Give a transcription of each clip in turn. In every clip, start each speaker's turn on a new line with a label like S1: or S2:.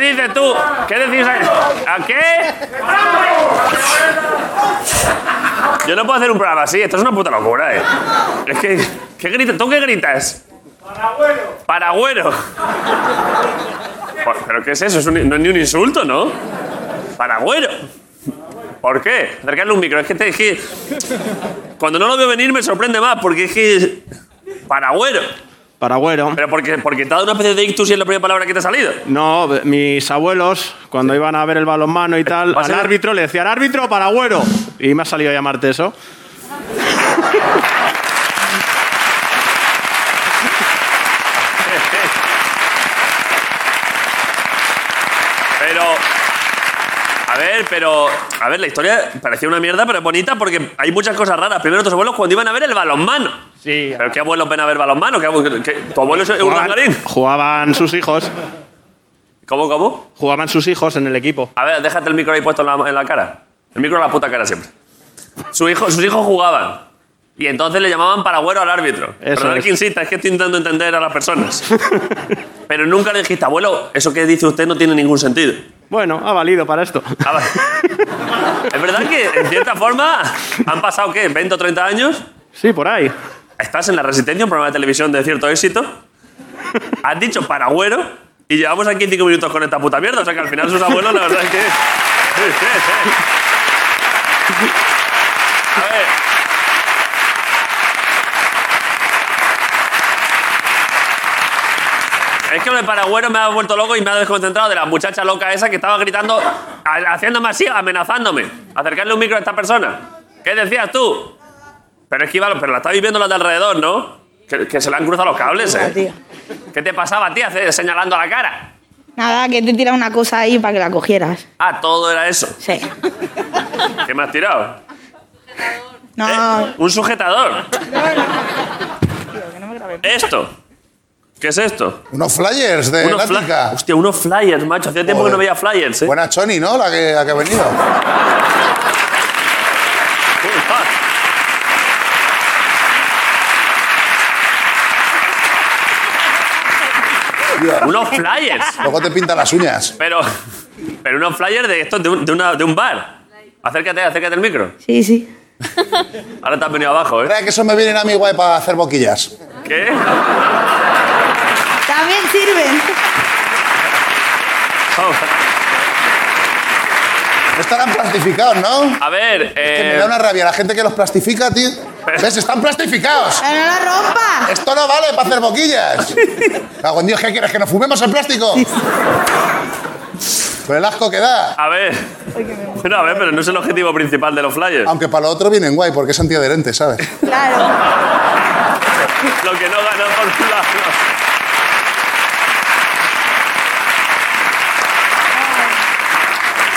S1: dices tú? ¿Qué decís? ¿A, ¿A qué? Yo no puedo hacer un programa así, esto es una puta locura, eh. Es que, ¿qué gritas? ¿Tú qué gritas? Paragüero. Paragüero. ¿Pero qué es eso? Es un- no es ni un insulto, ¿no? Paragüero. ¿Por qué? Acercarle un micro. Es que, te, es que cuando no lo veo venir me sorprende más, porque es que... Paragüero.
S2: Paragüero.
S1: Pero porque, porque te ha dado una especie de ictus y es la primera palabra que te ha salido.
S2: No, mis abuelos, cuando iban a ver el balonmano y tal,
S1: Vas
S2: al
S1: a ver-
S2: árbitro le decían árbitro paragüero. Y me ha salido a llamarte eso.
S1: Pero. A ver, pero. A ver, la historia parecía una mierda, pero es bonita porque hay muchas cosas raras. Primero, tus abuelos cuando iban a ver el balonmano.
S2: Sí.
S1: ¿Pero qué abuelos ven a ver balonmano? ¿Qué, abu- qué- tu abuelo es un
S2: Jugaban,
S1: rangarín?
S2: jugaban sus hijos.
S1: ¿Cómo, cómo?
S2: Jugaban sus hijos en el equipo.
S1: A ver, déjate el micro ahí puesto en la, en la cara. El micro en la puta cara siempre. Su hijo, sus hijos jugaban. Y entonces le llamaban paragüero al árbitro.
S2: Eso
S1: Perdón
S2: es.
S1: que insista, es que estoy intentando entender a las personas. Pero nunca le dijiste, abuelo, eso que dice usted no tiene ningún sentido.
S2: Bueno, ha valido para esto.
S1: Ah, vale. es verdad que, en cierta forma, han pasado, ¿qué? ¿20 o 30 años?
S2: Sí, por ahí.
S1: Estás en La Resistencia, un programa de televisión de cierto éxito. Has dicho paragüero y llevamos aquí 5 minutos con esta puta mierda. O sea que al final sus abuelos, la verdad es que. A ver. Es que lo de paragüero me ha vuelto loco y me ha desconcentrado de la muchacha loca esa que estaba gritando, a- haciéndome así, amenazándome. Acercarle un micro a esta persona. ¿Qué decías tú? Pero es que iba, pero la estabais viendo los de alrededor, ¿no? Que, que se le han cruzado los cables,
S3: Nada,
S1: ¿eh?
S3: tío.
S1: ¿Qué te pasaba a ti hace- señalando a la cara?
S3: Nada, que te tira una cosa ahí para que la cogieras.
S1: Ah, todo era eso.
S3: Sí.
S1: ¿Qué me has tirado?
S3: No,
S1: ¿Eh? Un sujetador.
S3: que no me grabé.
S1: Esto. ¿Qué es esto?
S4: Unos flyers de
S1: Unos fla-
S4: Lática.
S1: Hostia, unos flyers, macho. Hacía tiempo que no
S4: Joder.
S1: veía flyers, ¿eh?
S4: Buena Choni, ¿no? La que, la que ha venido. Tío,
S1: unos flyers.
S4: Luego te pinta las uñas.
S1: Pero, pero unos flyers de estos, de un, de una- de un bar. Acércate, acércate al micro.
S3: Sí, sí.
S1: Ahora te has venido abajo, ¿eh?
S4: Crees que eso me vienen a mí guay para hacer boquillas.
S1: ¿Qué?
S3: También sirven.
S4: Estarán plastificados, ¿no?
S1: A ver,
S4: Que
S1: eh,
S4: me da una rabia la gente que los plastifica, tío. ¿Ves? Están plastificados.
S3: ¡Pero no la rompa!
S4: Esto no vale para hacer boquillas. Cago en Dios, ¿qué quieres? ¿Que nos fumemos el plástico? Con el asco que da.
S1: a ver. Bueno, a ver, pero no es el objetivo principal de los flyers.
S4: Aunque para lo otro vienen guay, porque es antiadherente, ¿sabes?
S3: Claro.
S1: Lo que no ganó por un lado.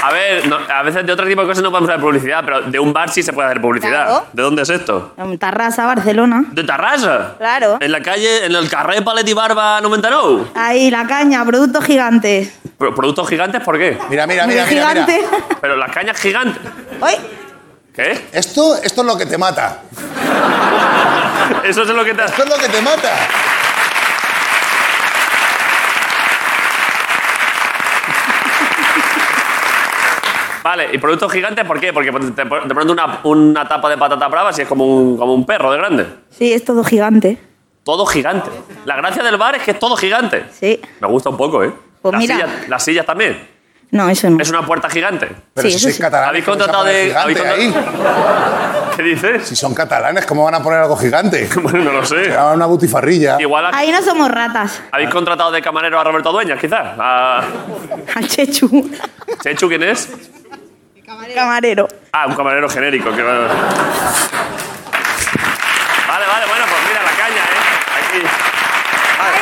S1: A ver, no- a veces de otro tipo de cosas no podemos hacer publicidad, pero de un bar sí se puede hacer publicidad.
S3: Claro.
S1: ¿De dónde es esto?
S3: En Tarrasa, Barcelona.
S1: ¿De Tarrasa?
S3: Claro.
S1: En la calle, en el carré Palet y Barba 99.
S3: Ahí, la caña, productos gigantes.
S1: Pro- ¿Productos gigantes por qué?
S4: Mira, mira, mira, mira. mira.
S3: gigante.
S1: Pero las cañas gigantes.
S3: ¡Ay!
S1: ¿Qué?
S4: Esto, esto es lo que te mata.
S1: Eso es lo que te has...
S4: Esto es lo que te mata.
S1: Vale, ¿y productos gigantes por qué? Porque te, te- de pronto una, una tapa de patata brava si es como un, como un perro de grande.
S3: Sí, es todo gigante.
S1: Todo gigante. La gracia del bar es que es todo gigante.
S3: Sí.
S1: Me gusta un poco, ¿eh?
S3: Pues
S1: las,
S3: mira.
S1: sillas, las sillas también.
S3: No, eso no.
S1: Es una puerta gigante.
S4: Pero
S3: Sí,
S4: si
S3: eso
S4: sois
S3: sí.
S4: catalanes,
S1: ¿Habéis
S4: ¿qué vais a
S1: contratado
S4: poner
S1: de- habéis
S4: gigante ahí?
S1: ¿Qué dices?
S4: Si son catalanes, ¿cómo van a poner algo gigante?
S1: Bueno, no lo sé.
S4: Era una butifarrilla.
S1: Igual ha-
S3: Ahí no somos ratas.
S1: habéis contratado de camarero a Roberto Dueñas, quizás. A
S3: Al Chechu.
S1: Chechu, ¿quién es?
S3: Camarero.
S1: Ah, un camarero genérico. Que... Vale, vale, bueno, pues mira la caña, ¿eh? Aquí.
S3: ¡Ay,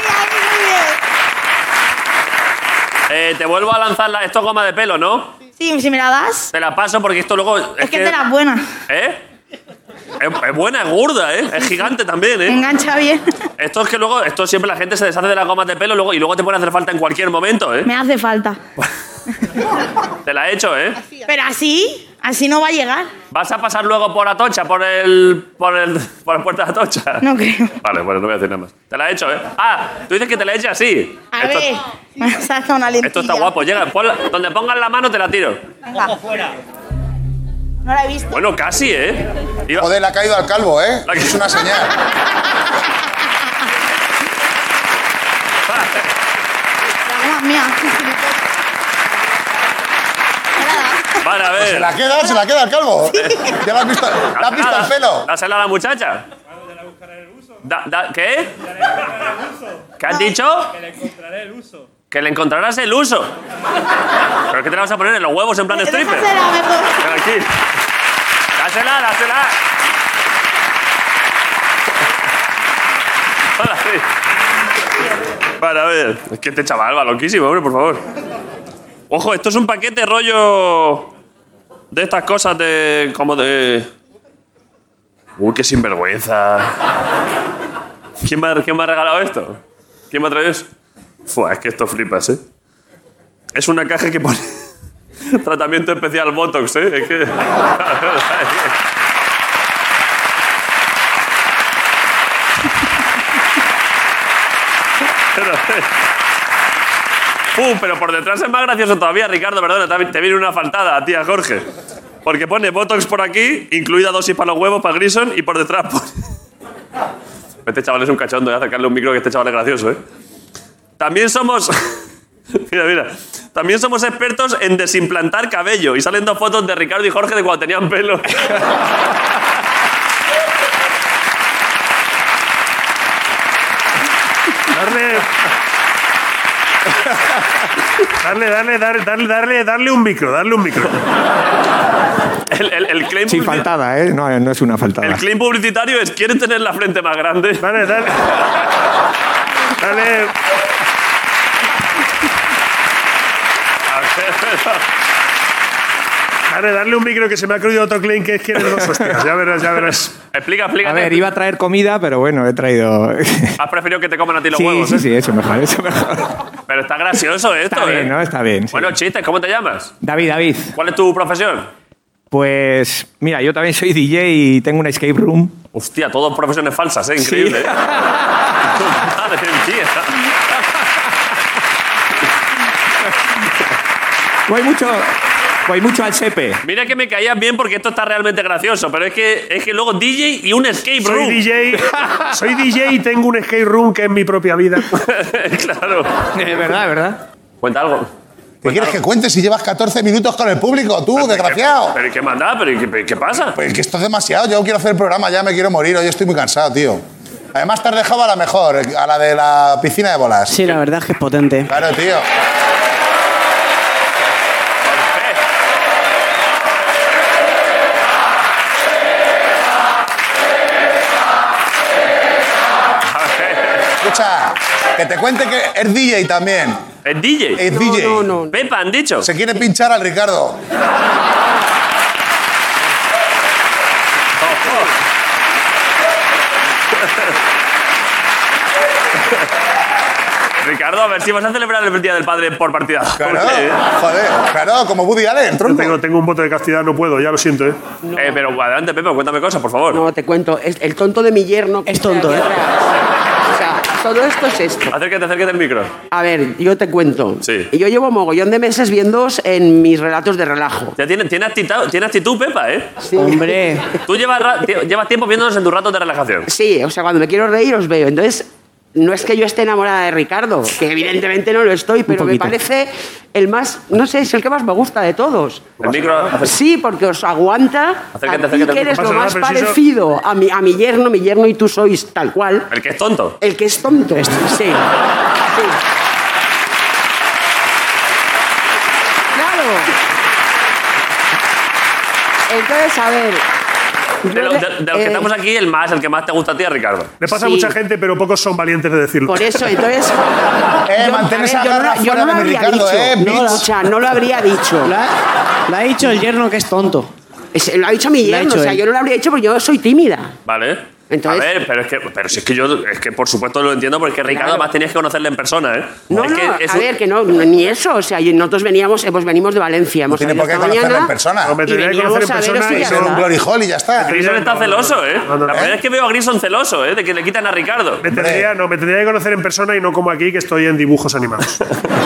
S3: ay, muy
S1: Eh, te vuelvo a lanzar la... esto es goma de pelo, ¿no?
S3: bien! Sí, si me la das,
S1: Te la paso porque esto luego. Es,
S3: es que es de las buenas.
S1: ¿Eh? Es, es buena, es gorda, ¿eh? Es gigante también, ¿eh?
S3: Engancha bien.
S1: Esto es que luego, esto siempre la gente se deshace de las gomas de pelo luego, y luego te puede hacer falta en cualquier momento, ¿eh?
S3: Me hace falta.
S1: Te la he hecho, ¿eh?
S3: Pero así, Así no va a llegar.
S1: ¿Vas a pasar luego por Atocha, por el. por el. por la puerta de Atocha?
S3: No creo.
S1: Vale, bueno, no voy a decir nada más. Te la he hecho, ¿eh? Ah, tú dices que te la he hecho así.
S3: A
S1: esto,
S3: ver. Esa es una lentilla.
S1: esto está guapo. Llega, ponla- donde pongas la mano te la tiro.
S3: Venga. No la he visto.
S1: Bueno, casi, ¿eh? Iba-
S4: Joder, le ha caído al calvo, ¿eh?
S1: La que-
S4: Es una señal.
S3: Mamma mía.
S1: Vale, a
S4: ¿Se
S1: ver.
S4: la queda? ¿Se la queda al calvo? ¿Ya la has visto, ¿La has visto el pelo?
S1: Dásela a la muchacha. Da- da- ¿Qué? ¿Qué has dicho? Que le encontrarás el uso. ¿Pero qué te la vas a poner en los huevos en plan stripper?
S3: Déjasela mejor.
S1: Ven aquí. Dásela, dásela. Hola, sí. Vale, a ver. Es que este chaval va loquísimo, hombre, por favor. Ojo, esto es un paquete rollo. De estas cosas de. como de. Uy, qué sinvergüenza. ¿Quién me ha, quién me ha regalado esto? ¿Quién me ha traído eso? Fua, es que esto flipas, ¿eh? Es una caja que pone. Tratamiento especial Botox, ¿eh? Es que... Pero, eh. Uh, pero por detrás es más gracioso todavía, Ricardo, perdona, te- te viene una faltada a ti, a Jorge. Porque pone Botox por aquí, incluida dosis para los huevos, para Grison, y por detrás pone- Este chaval es un cachondo, voy a acercarle un micro que este chaval es gracioso, ¿eh? También somos. mira, mira. También somos expertos en desimplantar cabello. Y salen dos fotos de Ricardo y Jorge de cuando tenían pelo.
S5: Darle. Darle, darle, darle, darle, darle, darle un micro, darle un micro.
S1: El, el- el claim
S6: Sin
S1: publici-
S6: faltada, ¿eh? No, no es una
S1: el
S6: faltada.
S1: claim publicitario es: ¿Quieres tener la frente más grande?
S5: Dale, dale. Dale. Dale, darle un micro que se me ha cruido otro clean que es que eres dos hostias. Ya verás, ya verás.
S1: Explica, explica.
S6: A ver, iba a traer comida, pero bueno, he traído.
S1: Has preferido que te coman a ti los
S6: Sí,
S1: huevos.
S6: sí,
S1: ¿eh?
S6: sí, eso mejor, eso mejor.
S1: Pero está gracioso esto,
S6: Está
S1: ¿eh?
S6: bien, ¿no? Está bien. sí.
S1: Bueno, chistes, ¿cómo te llamas?
S6: David, David.
S1: ¿Cuál es tu profesión?
S6: Pues mira, yo también soy DJ y tengo una escape room.
S1: Hostia, todos profesiones falsas, ¿eh? Increíble. ¿eh? Madre mía.
S6: Voy mucho, voy mucho al sepe.
S1: Mira que me caías bien porque esto está realmente gracioso, pero es que, es que luego DJ y un escape room.
S5: Soy DJ, soy DJ y tengo un skate room que es mi propia vida.
S1: claro.
S6: De verdad, verdad.
S1: Cuenta algo.
S4: ¿Qué quieres que cuentes si llevas 14 minutos con el público,
S1: Pues
S4: tú, desgraciado?
S1: ¿Pero ¿y qué manda? ¿Pero ¿y qué, pero ¿y qué pasa?
S4: Pues que esto es demasiado, yo quiero hacer el programa, ya me quiero morir, hoy estoy muy cansado, tío. Además te has dejado a la mejor, a la de la piscina de bolas.
S7: Sí, la verdad es que es potente.
S4: Claro, tío. Escucha, que te cuente que es DJ también.
S1: ¿Es DJ?
S4: Es DJ.
S7: No, no, no.
S1: Pepa, han dicho.
S4: Se quiere pinchar al Ricardo.
S1: Ricardo, a ver si vas a celebrar el Día del Padre por partida.
S4: Claro,
S1: doble, ¿eh?
S4: joder, claro, como Woody Allen,
S5: Yo
S4: tronco.
S5: tengo, tengo un voto de castidad, no puedo, ya lo siento, ¿eh?
S1: Eh, pero adelante, Pepa, cuéntame cosas, por favor.
S8: No, te cuento, es el tonto de mi yerno.
S7: Es tonto, ¿eh?
S8: O sea, todo esto es esto.
S1: Acércate, acércate al micro.
S8: A ver, yo te cuento.
S1: Sí.
S8: Y Yo llevo mogollón de meses viéndoos en mis relatos de relajo.
S1: Ya tiene, tiene, actitud, tiene actitud, Pepa, ¿eh?
S8: Sí.
S7: Hombre,
S1: Tú llevas, ra- tie- llevas tiempo viéndonos en tus ratos de relajación.
S8: Sí, o sea, cuando me quiero reír os veo. Entonces, no es que yo esté enamorada de Ricardo, que evidentemente no lo estoy, pero me
S7: poquito.
S8: parece el más, no sé, es el que más me gusta de todos.
S1: El micro.
S8: Sí, porque os aguanta.
S1: Acércate,
S8: a ti
S1: acércate,
S8: que
S1: no
S8: eres
S5: pasa
S8: lo
S5: nada,
S8: más
S5: pero si eso-
S8: parecido a mi, a mi yerno, mi yerno y tú sois tal cual.
S1: El que es tonto.
S8: El que es tonto. Sí. Sí. Claro. Entonces, a ver.
S1: De,
S8: yo
S1: lo-
S8: le-
S1: de- de los que
S8: eh,
S1: estamos aquí, el más, el que más te gusta a ti, es Ricardo.
S5: Le pasa
S8: Sí.
S5: a mucha gente, pero pocos son valientes de decirlo.
S8: Por eso, entonces.
S4: Eh,
S8: yo-
S4: mantén
S8: a ver,
S4: esa
S8: yo no-
S4: garra
S8: yo
S4: fuera de
S8: no lo
S4: mi
S8: habría
S4: Ricardo,
S8: dicho,
S4: eh,
S8: No,
S4: bitch.
S8: o sea, no lo habría dicho.
S7: lo ha, lo ha dicho el yerno que es tonto.
S8: Es- Lo ha dicho mi
S7: Lo ha
S8: yerno,
S7: hecho
S8: o sea,
S7: él.
S8: yo no lo habría dicho porque yo soy tímida.
S1: Vale. A
S8: Entonces,
S1: ver, pero es que, pero si es que yo, es que por supuesto lo entiendo porque Ricardo
S8: Claro.
S1: más tenías que conocerle en persona, ¿eh?
S8: no,
S1: es
S8: no,
S1: que es
S8: a
S1: un-
S8: ver, que no, no, ni eso. O sea, yo- nosotros veníamos, eh, pues venimos de Valencia.
S4: No
S8: Hemos
S4: tiene
S8: salido
S4: por qué
S8: Pues esta
S4: conocerlo
S8: mañana
S4: en persona.
S5: Hombre,
S8: Y
S5: tendría que
S8: veníamos
S5: conocerlo en
S8: a veros
S5: persona
S8: y
S5: y
S8: ya
S4: Ser un
S8: está.
S4: glory hall y ya está.
S1: Grison está celoso, ¿eh?
S5: No,
S1: La
S5: no, no.
S1: primera vez que veo a Grison celoso, ¿eh? De que le quitan a Ricardo.
S5: Me tendría, no, me tendría que conocer en persona y no como aquí, que estoy en dibujos animados.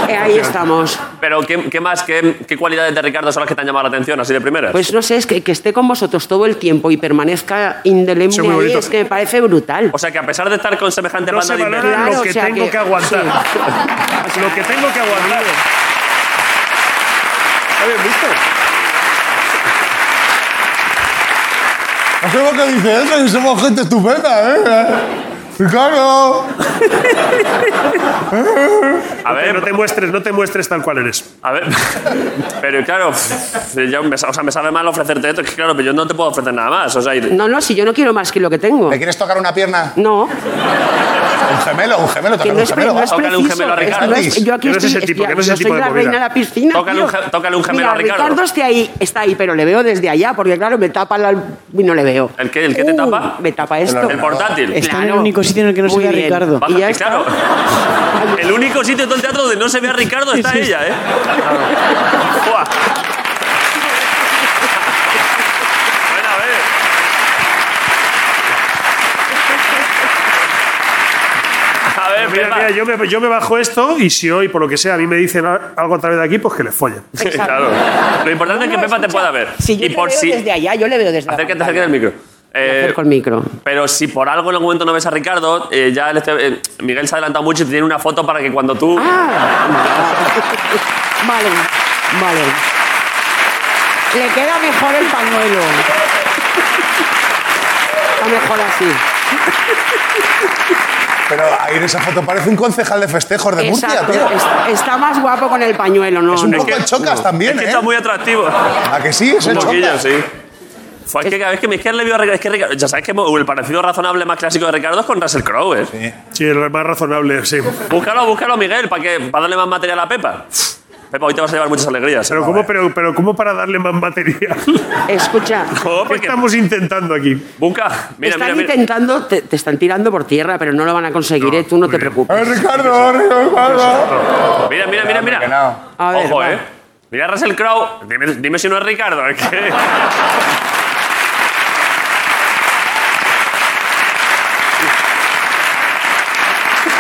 S8: Eh, ahí estamos.
S1: Pero ¿qué, qué más? Qué, qué cualidades de Ricardo son las que te han llamado la atención así de primera?
S8: Pues no sé, es que, que esté con vosotros todo el tiempo y permanezca indeleble
S5: Eso es muy
S8: ahí,
S5: bonito.
S8: es que me parece brutal.
S1: o sea, que a pesar de estar con semejante
S5: No
S1: banda
S5: se
S1: de
S5: valora
S1: imbéciles-
S8: Claro,
S5: lo
S8: o
S5: que
S8: sea
S5: tengo
S8: que-
S5: que aguantar. Lo que tengo que aguantar.
S6: ¿Lo habéis visto?
S4: No sé por qué dice eso y somos gente estupenda, ¿eh? Claro.
S1: A
S5: Que no
S1: ver,
S5: te muestres, no te muestres tal cual eres.
S1: a ver. Pero claro, ya me, sa- o sea, me sabe mal ofrecerte esto, que claro, pero yo no te puedo ofrecer nada más. O sea, y-
S8: No, no, si yo no quiero más que lo que tengo.
S4: ¿Me quieres tocar una pierna?
S8: No,
S4: Un gemelo, un gemelo,
S8: que
S4: tocar
S8: no
S4: un
S8: es, pre-
S4: gemelo.
S8: no es
S1: Tócale un
S8: preciso.
S1: gemelo a
S8: es-
S1: Ricardo.
S8: no es- yo aquí
S5: Que no es
S8: estoy,
S5: ese tipo,
S8: espía,
S5: que no es
S8: yo
S5: ese
S8: soy
S5: tipo de
S8: la
S5: movida.
S8: reina de la piscina.
S1: Tócale un
S8: tío.
S1: ge- tócale un gemelo
S8: Mira,
S1: a Ricardo.
S8: está ahí, está ahí, pero le veo desde allá porque, claro, me tapa la, y no le veo.
S1: ¿El qué? ¿El qué te
S8: Uh,
S1: tapa?
S8: Me tapa esto.
S1: el portátil.
S7: Está en el
S8: Claro.
S7: único sitio en el que no se
S8: Muy
S7: ve a
S8: bien.
S7: Ricardo.
S1: Baja-
S8: y ya
S1: y
S8: está.
S1: claro, el único sitio en todo el teatro donde no se ve a Ricardo está ella, ¿eh? Buah. Bueno, a ver. A ver,
S5: Mira,
S1: Pepa.
S5: mira, yo me, yo me bajo esto y si hoy, por lo que sea, a mí me dicen a- algo a través de aquí, pues que les follen.
S1: Sí, claro. Lo importante es que
S8: No,
S1: Pepa te
S8: escucha,
S1: pueda ver.
S8: Si yo
S1: y
S8: le
S1: por
S8: veo
S1: si.
S8: desde allá, yo le veo desde
S1: Acércate,
S8: la
S1: acércate al micro. Eh,
S8: Acerco el micro.
S1: Pero si por algo en algún momento no ves a Ricardo, eh, ya el este- eh, Miguel se ha adelantado mucho y te tiene una foto para que cuando tú.
S8: Ah. vale, vale.
S3: Le queda mejor el pañuelo.
S8: Está mejor así.
S4: Pero ahí en esa foto parece un concejal de festejos de Murcia,
S8: Exacto.
S4: tío.
S8: Está, está más guapo con el pañuelo, ¿no?
S4: Es un
S8: no.
S4: poco el chocas también,
S1: es que
S4: ¿eh?
S1: está muy atractivo.
S4: ¿A que sí? Es
S1: Un
S4: el
S1: poquillo,
S4: chocas.
S1: sí. Fue es que cada vez que me es que le veo a Ricardo, es que Ricardo- ya sabes que mo- el parecido razonable más clásico de Ricardo es con Russell Crowe, ¿eh?
S5: Sí, es lo más razonable, sí.
S1: Búscalo, búscalo, Miguel, para que para darle más material a Pepa. Pepa, hoy te vas a llevar muchas alegrías. ¿eh?
S5: Pero ¿cómo, pero, pero ¿cómo para darle más material?
S8: Escucha.
S1: Jo,
S5: ¿Qué
S1: porque-
S5: estamos intentando aquí?
S1: Busca. Mira,
S8: están
S1: mira, mira.
S8: intentando, te, te están tirando por tierra, pero no lo van a conseguir, ¿eh? Tú no te preocupes.
S4: ¡Eh, Ricardo, Ricardo!
S1: Mira, mira, mira, mira.
S4: Pues Que no.
S8: A ver,
S1: Ojo,
S8: va.
S1: eh. Mira a Russell Crowe. Dime, dime si no es Ricardo. es que-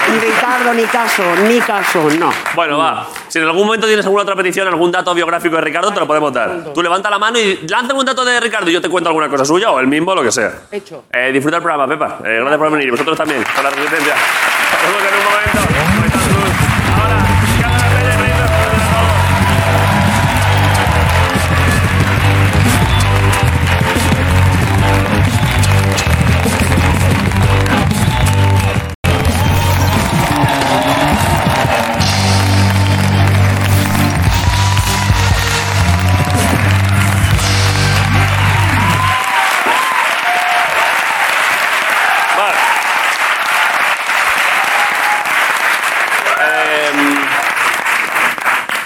S8: Ni Ricardo, ni caso, ni caso, no.
S1: Bueno, va. Si en algún momento tienes alguna otra petición, algún dato biográfico de Ricardo, te lo podemos dar. Tú levanta la mano y lánzame un dato de Ricardo y yo te cuento alguna cosa suya o el mismo, lo que sea.
S8: Hecho.
S1: Eh, disfruta el programa, Pepa. Eh, gracias por venir. Y vosotros también, con la resistencia. Nos vemos en un momento. Ahora, Cámara Pérez, Reyes, por favor. Vale. Em,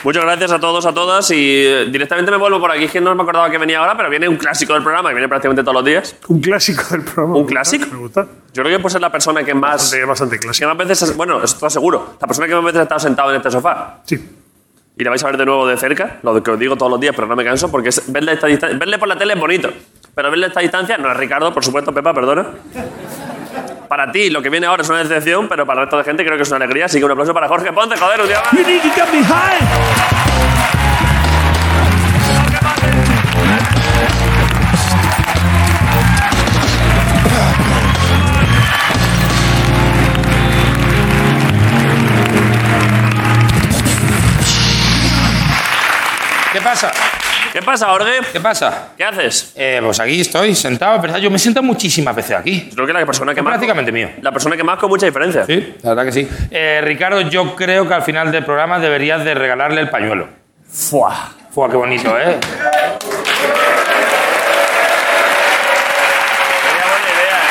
S1: Muchas gracias a todos, a todas. Y eh, directamente me vuelvo por aquí. Es que no me acordaba que venía ahora, pero viene un clásico del programa que viene prácticamente todos los días.
S5: Un clásico del programa.
S1: ¿Un
S5: Me gusta,
S1: clásico?
S5: Me gusta.
S1: Yo creo que por ser la persona que más.
S5: Bastante, bastante
S1: que
S5: clásico.
S1: más veces. Bueno, esto seguro. La persona que más veces ha estado sentado en este sofá.
S5: Sí.
S1: Y la vais a ver de nuevo de cerca. Lo que os digo todos los días, pero no me canso porque es- verle, a esta distan- verle por la tele es bonito. Pero verle a esta distancia no es Ricardo, por supuesto, Pepa, perdona. Para ti, lo que viene ahora es una decepción, pero para el resto de gente creo que es una alegría. Así que un aplauso para Jorge Ponce, joder, un día más.
S9: ¿Qué pasa?
S1: ¿Qué pasa, Jorge?
S9: ¿Qué pasa?
S1: ¿Qué haces?
S9: Eh, pues aquí estoy, sentado, pero yo me siento muchísimas veces aquí.
S1: Creo que la persona que
S9: Es
S1: más.
S9: prácticamente mío.
S1: La persona que más con mucha diferencia.
S9: Sí, la verdad que sí. Eh, Ricardo, yo creo que al final del programa deberías de regalarle el pañuelo.
S1: Fuah.
S9: Fua, qué bonito, ¿eh?
S1: Sería buena idea, ¿eh?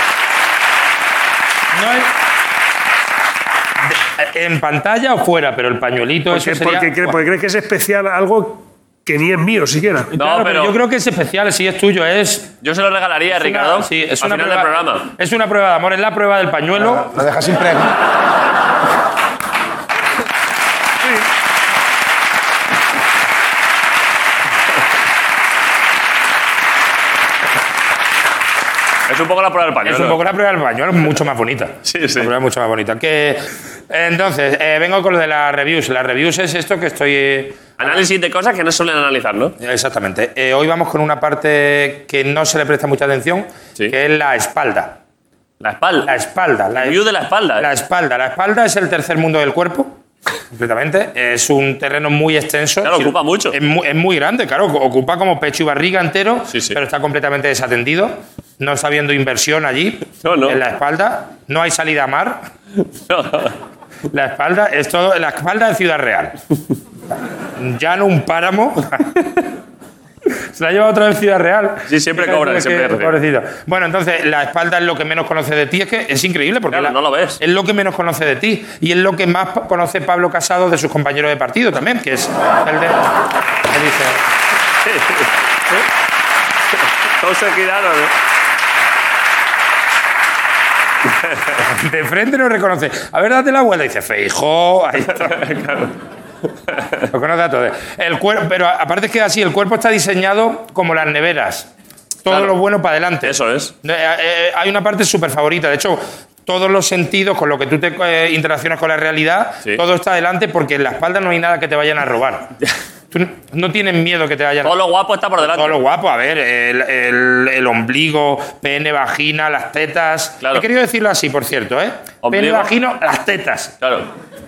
S9: No es- de- en pantalla o fuera, pero el pañuelito
S5: Porque,
S9: eso sería...
S5: porque cre- porque crees que es especial algo que ni es mío siquiera.
S1: No,
S9: Claro, pero,
S1: pero-
S9: yo creo que es especial, sí, es tuyo, es...
S1: Yo se lo regalaría a Ricardo
S9: sí, es
S1: al
S9: una
S1: final del
S9: prueba-
S1: programa.
S9: Es una prueba de amor, es la prueba del pañuelo.
S4: Lo dejas impregnado.
S1: Es un poco la prueba del pañuelo.
S9: Es un poco la prueba del pañuelo, mucho más bonita.
S1: Sí, sí.
S9: La prueba es mucho más bonita. Que, entonces, eh, vengo con lo de las reviews. Las reviews es esto que estoy... eh,
S1: Análisis de cosas que no suelen analizar, ¿no?
S9: Exactamente. Eh, hoy vamos con una parte que no se le presta mucha atención,
S1: Sí.
S9: que es la espalda.
S1: La espalda.
S9: La espalda. La
S1: Review de la espalda, ¿eh?
S9: La espalda. La espalda es el tercer mundo del cuerpo. Completamente. Es un terreno muy extenso.
S1: Claro,
S9: Sí,
S1: ocupa mucho.
S9: Es muy, es muy grande, claro. Ocupa como pecho y barriga entero,
S1: Sí, sí.
S9: pero está completamente desatendido. No está habiendo inversión allí,
S1: No, no.
S9: en la espalda. No hay salida a mar. La espalda es todo, la espalda de Ciudad Real. Ya no un páramo. Se la ha llevado otra vez Ciudad Real.
S1: Sí, siempre
S9: Fíjate
S1: cobran,
S9: que-
S1: siempre reciben.
S9: pobrecito. Bueno, entonces, la espalda es lo que menos conoce de ti. Es que es increíble porque
S1: Claro,
S9: la-
S1: no lo ves.
S9: es lo que menos conoce de ti. Y es lo que más pa- conoce Pablo Casado de sus compañeros de partido también, que es el de. que dice,
S1: Todos se giraron, ¿eh?
S9: de frente no reconoce. A ver, date la vuelta. Dice, Feijóo. Ahí está. Lo conoce a todos. El cuerpo, pero aparte es que así, el cuerpo está diseñado como las neveras. Todo
S1: Claro.
S9: lo bueno para adelante.
S1: Eso es.
S9: Eh, eh, hay una parte súper favorita. De hecho, todos los sentidos con lo que tú te eh, interaccionas con la realidad,
S1: Sí.
S9: todo está adelante porque en la espalda no hay nada que te vayan a robar. tú no- no tienes miedo que te vayan a
S1: Todo lo guapo está por delante.
S9: todo lo guapo, a ver, el, el- el ombligo, pene, vagina, las tetas.
S1: Claro.
S9: He querido decirlo así, por cierto, ¿eh? Pene,
S1: Ombligo.
S9: vagina, las tetas.
S1: Claro.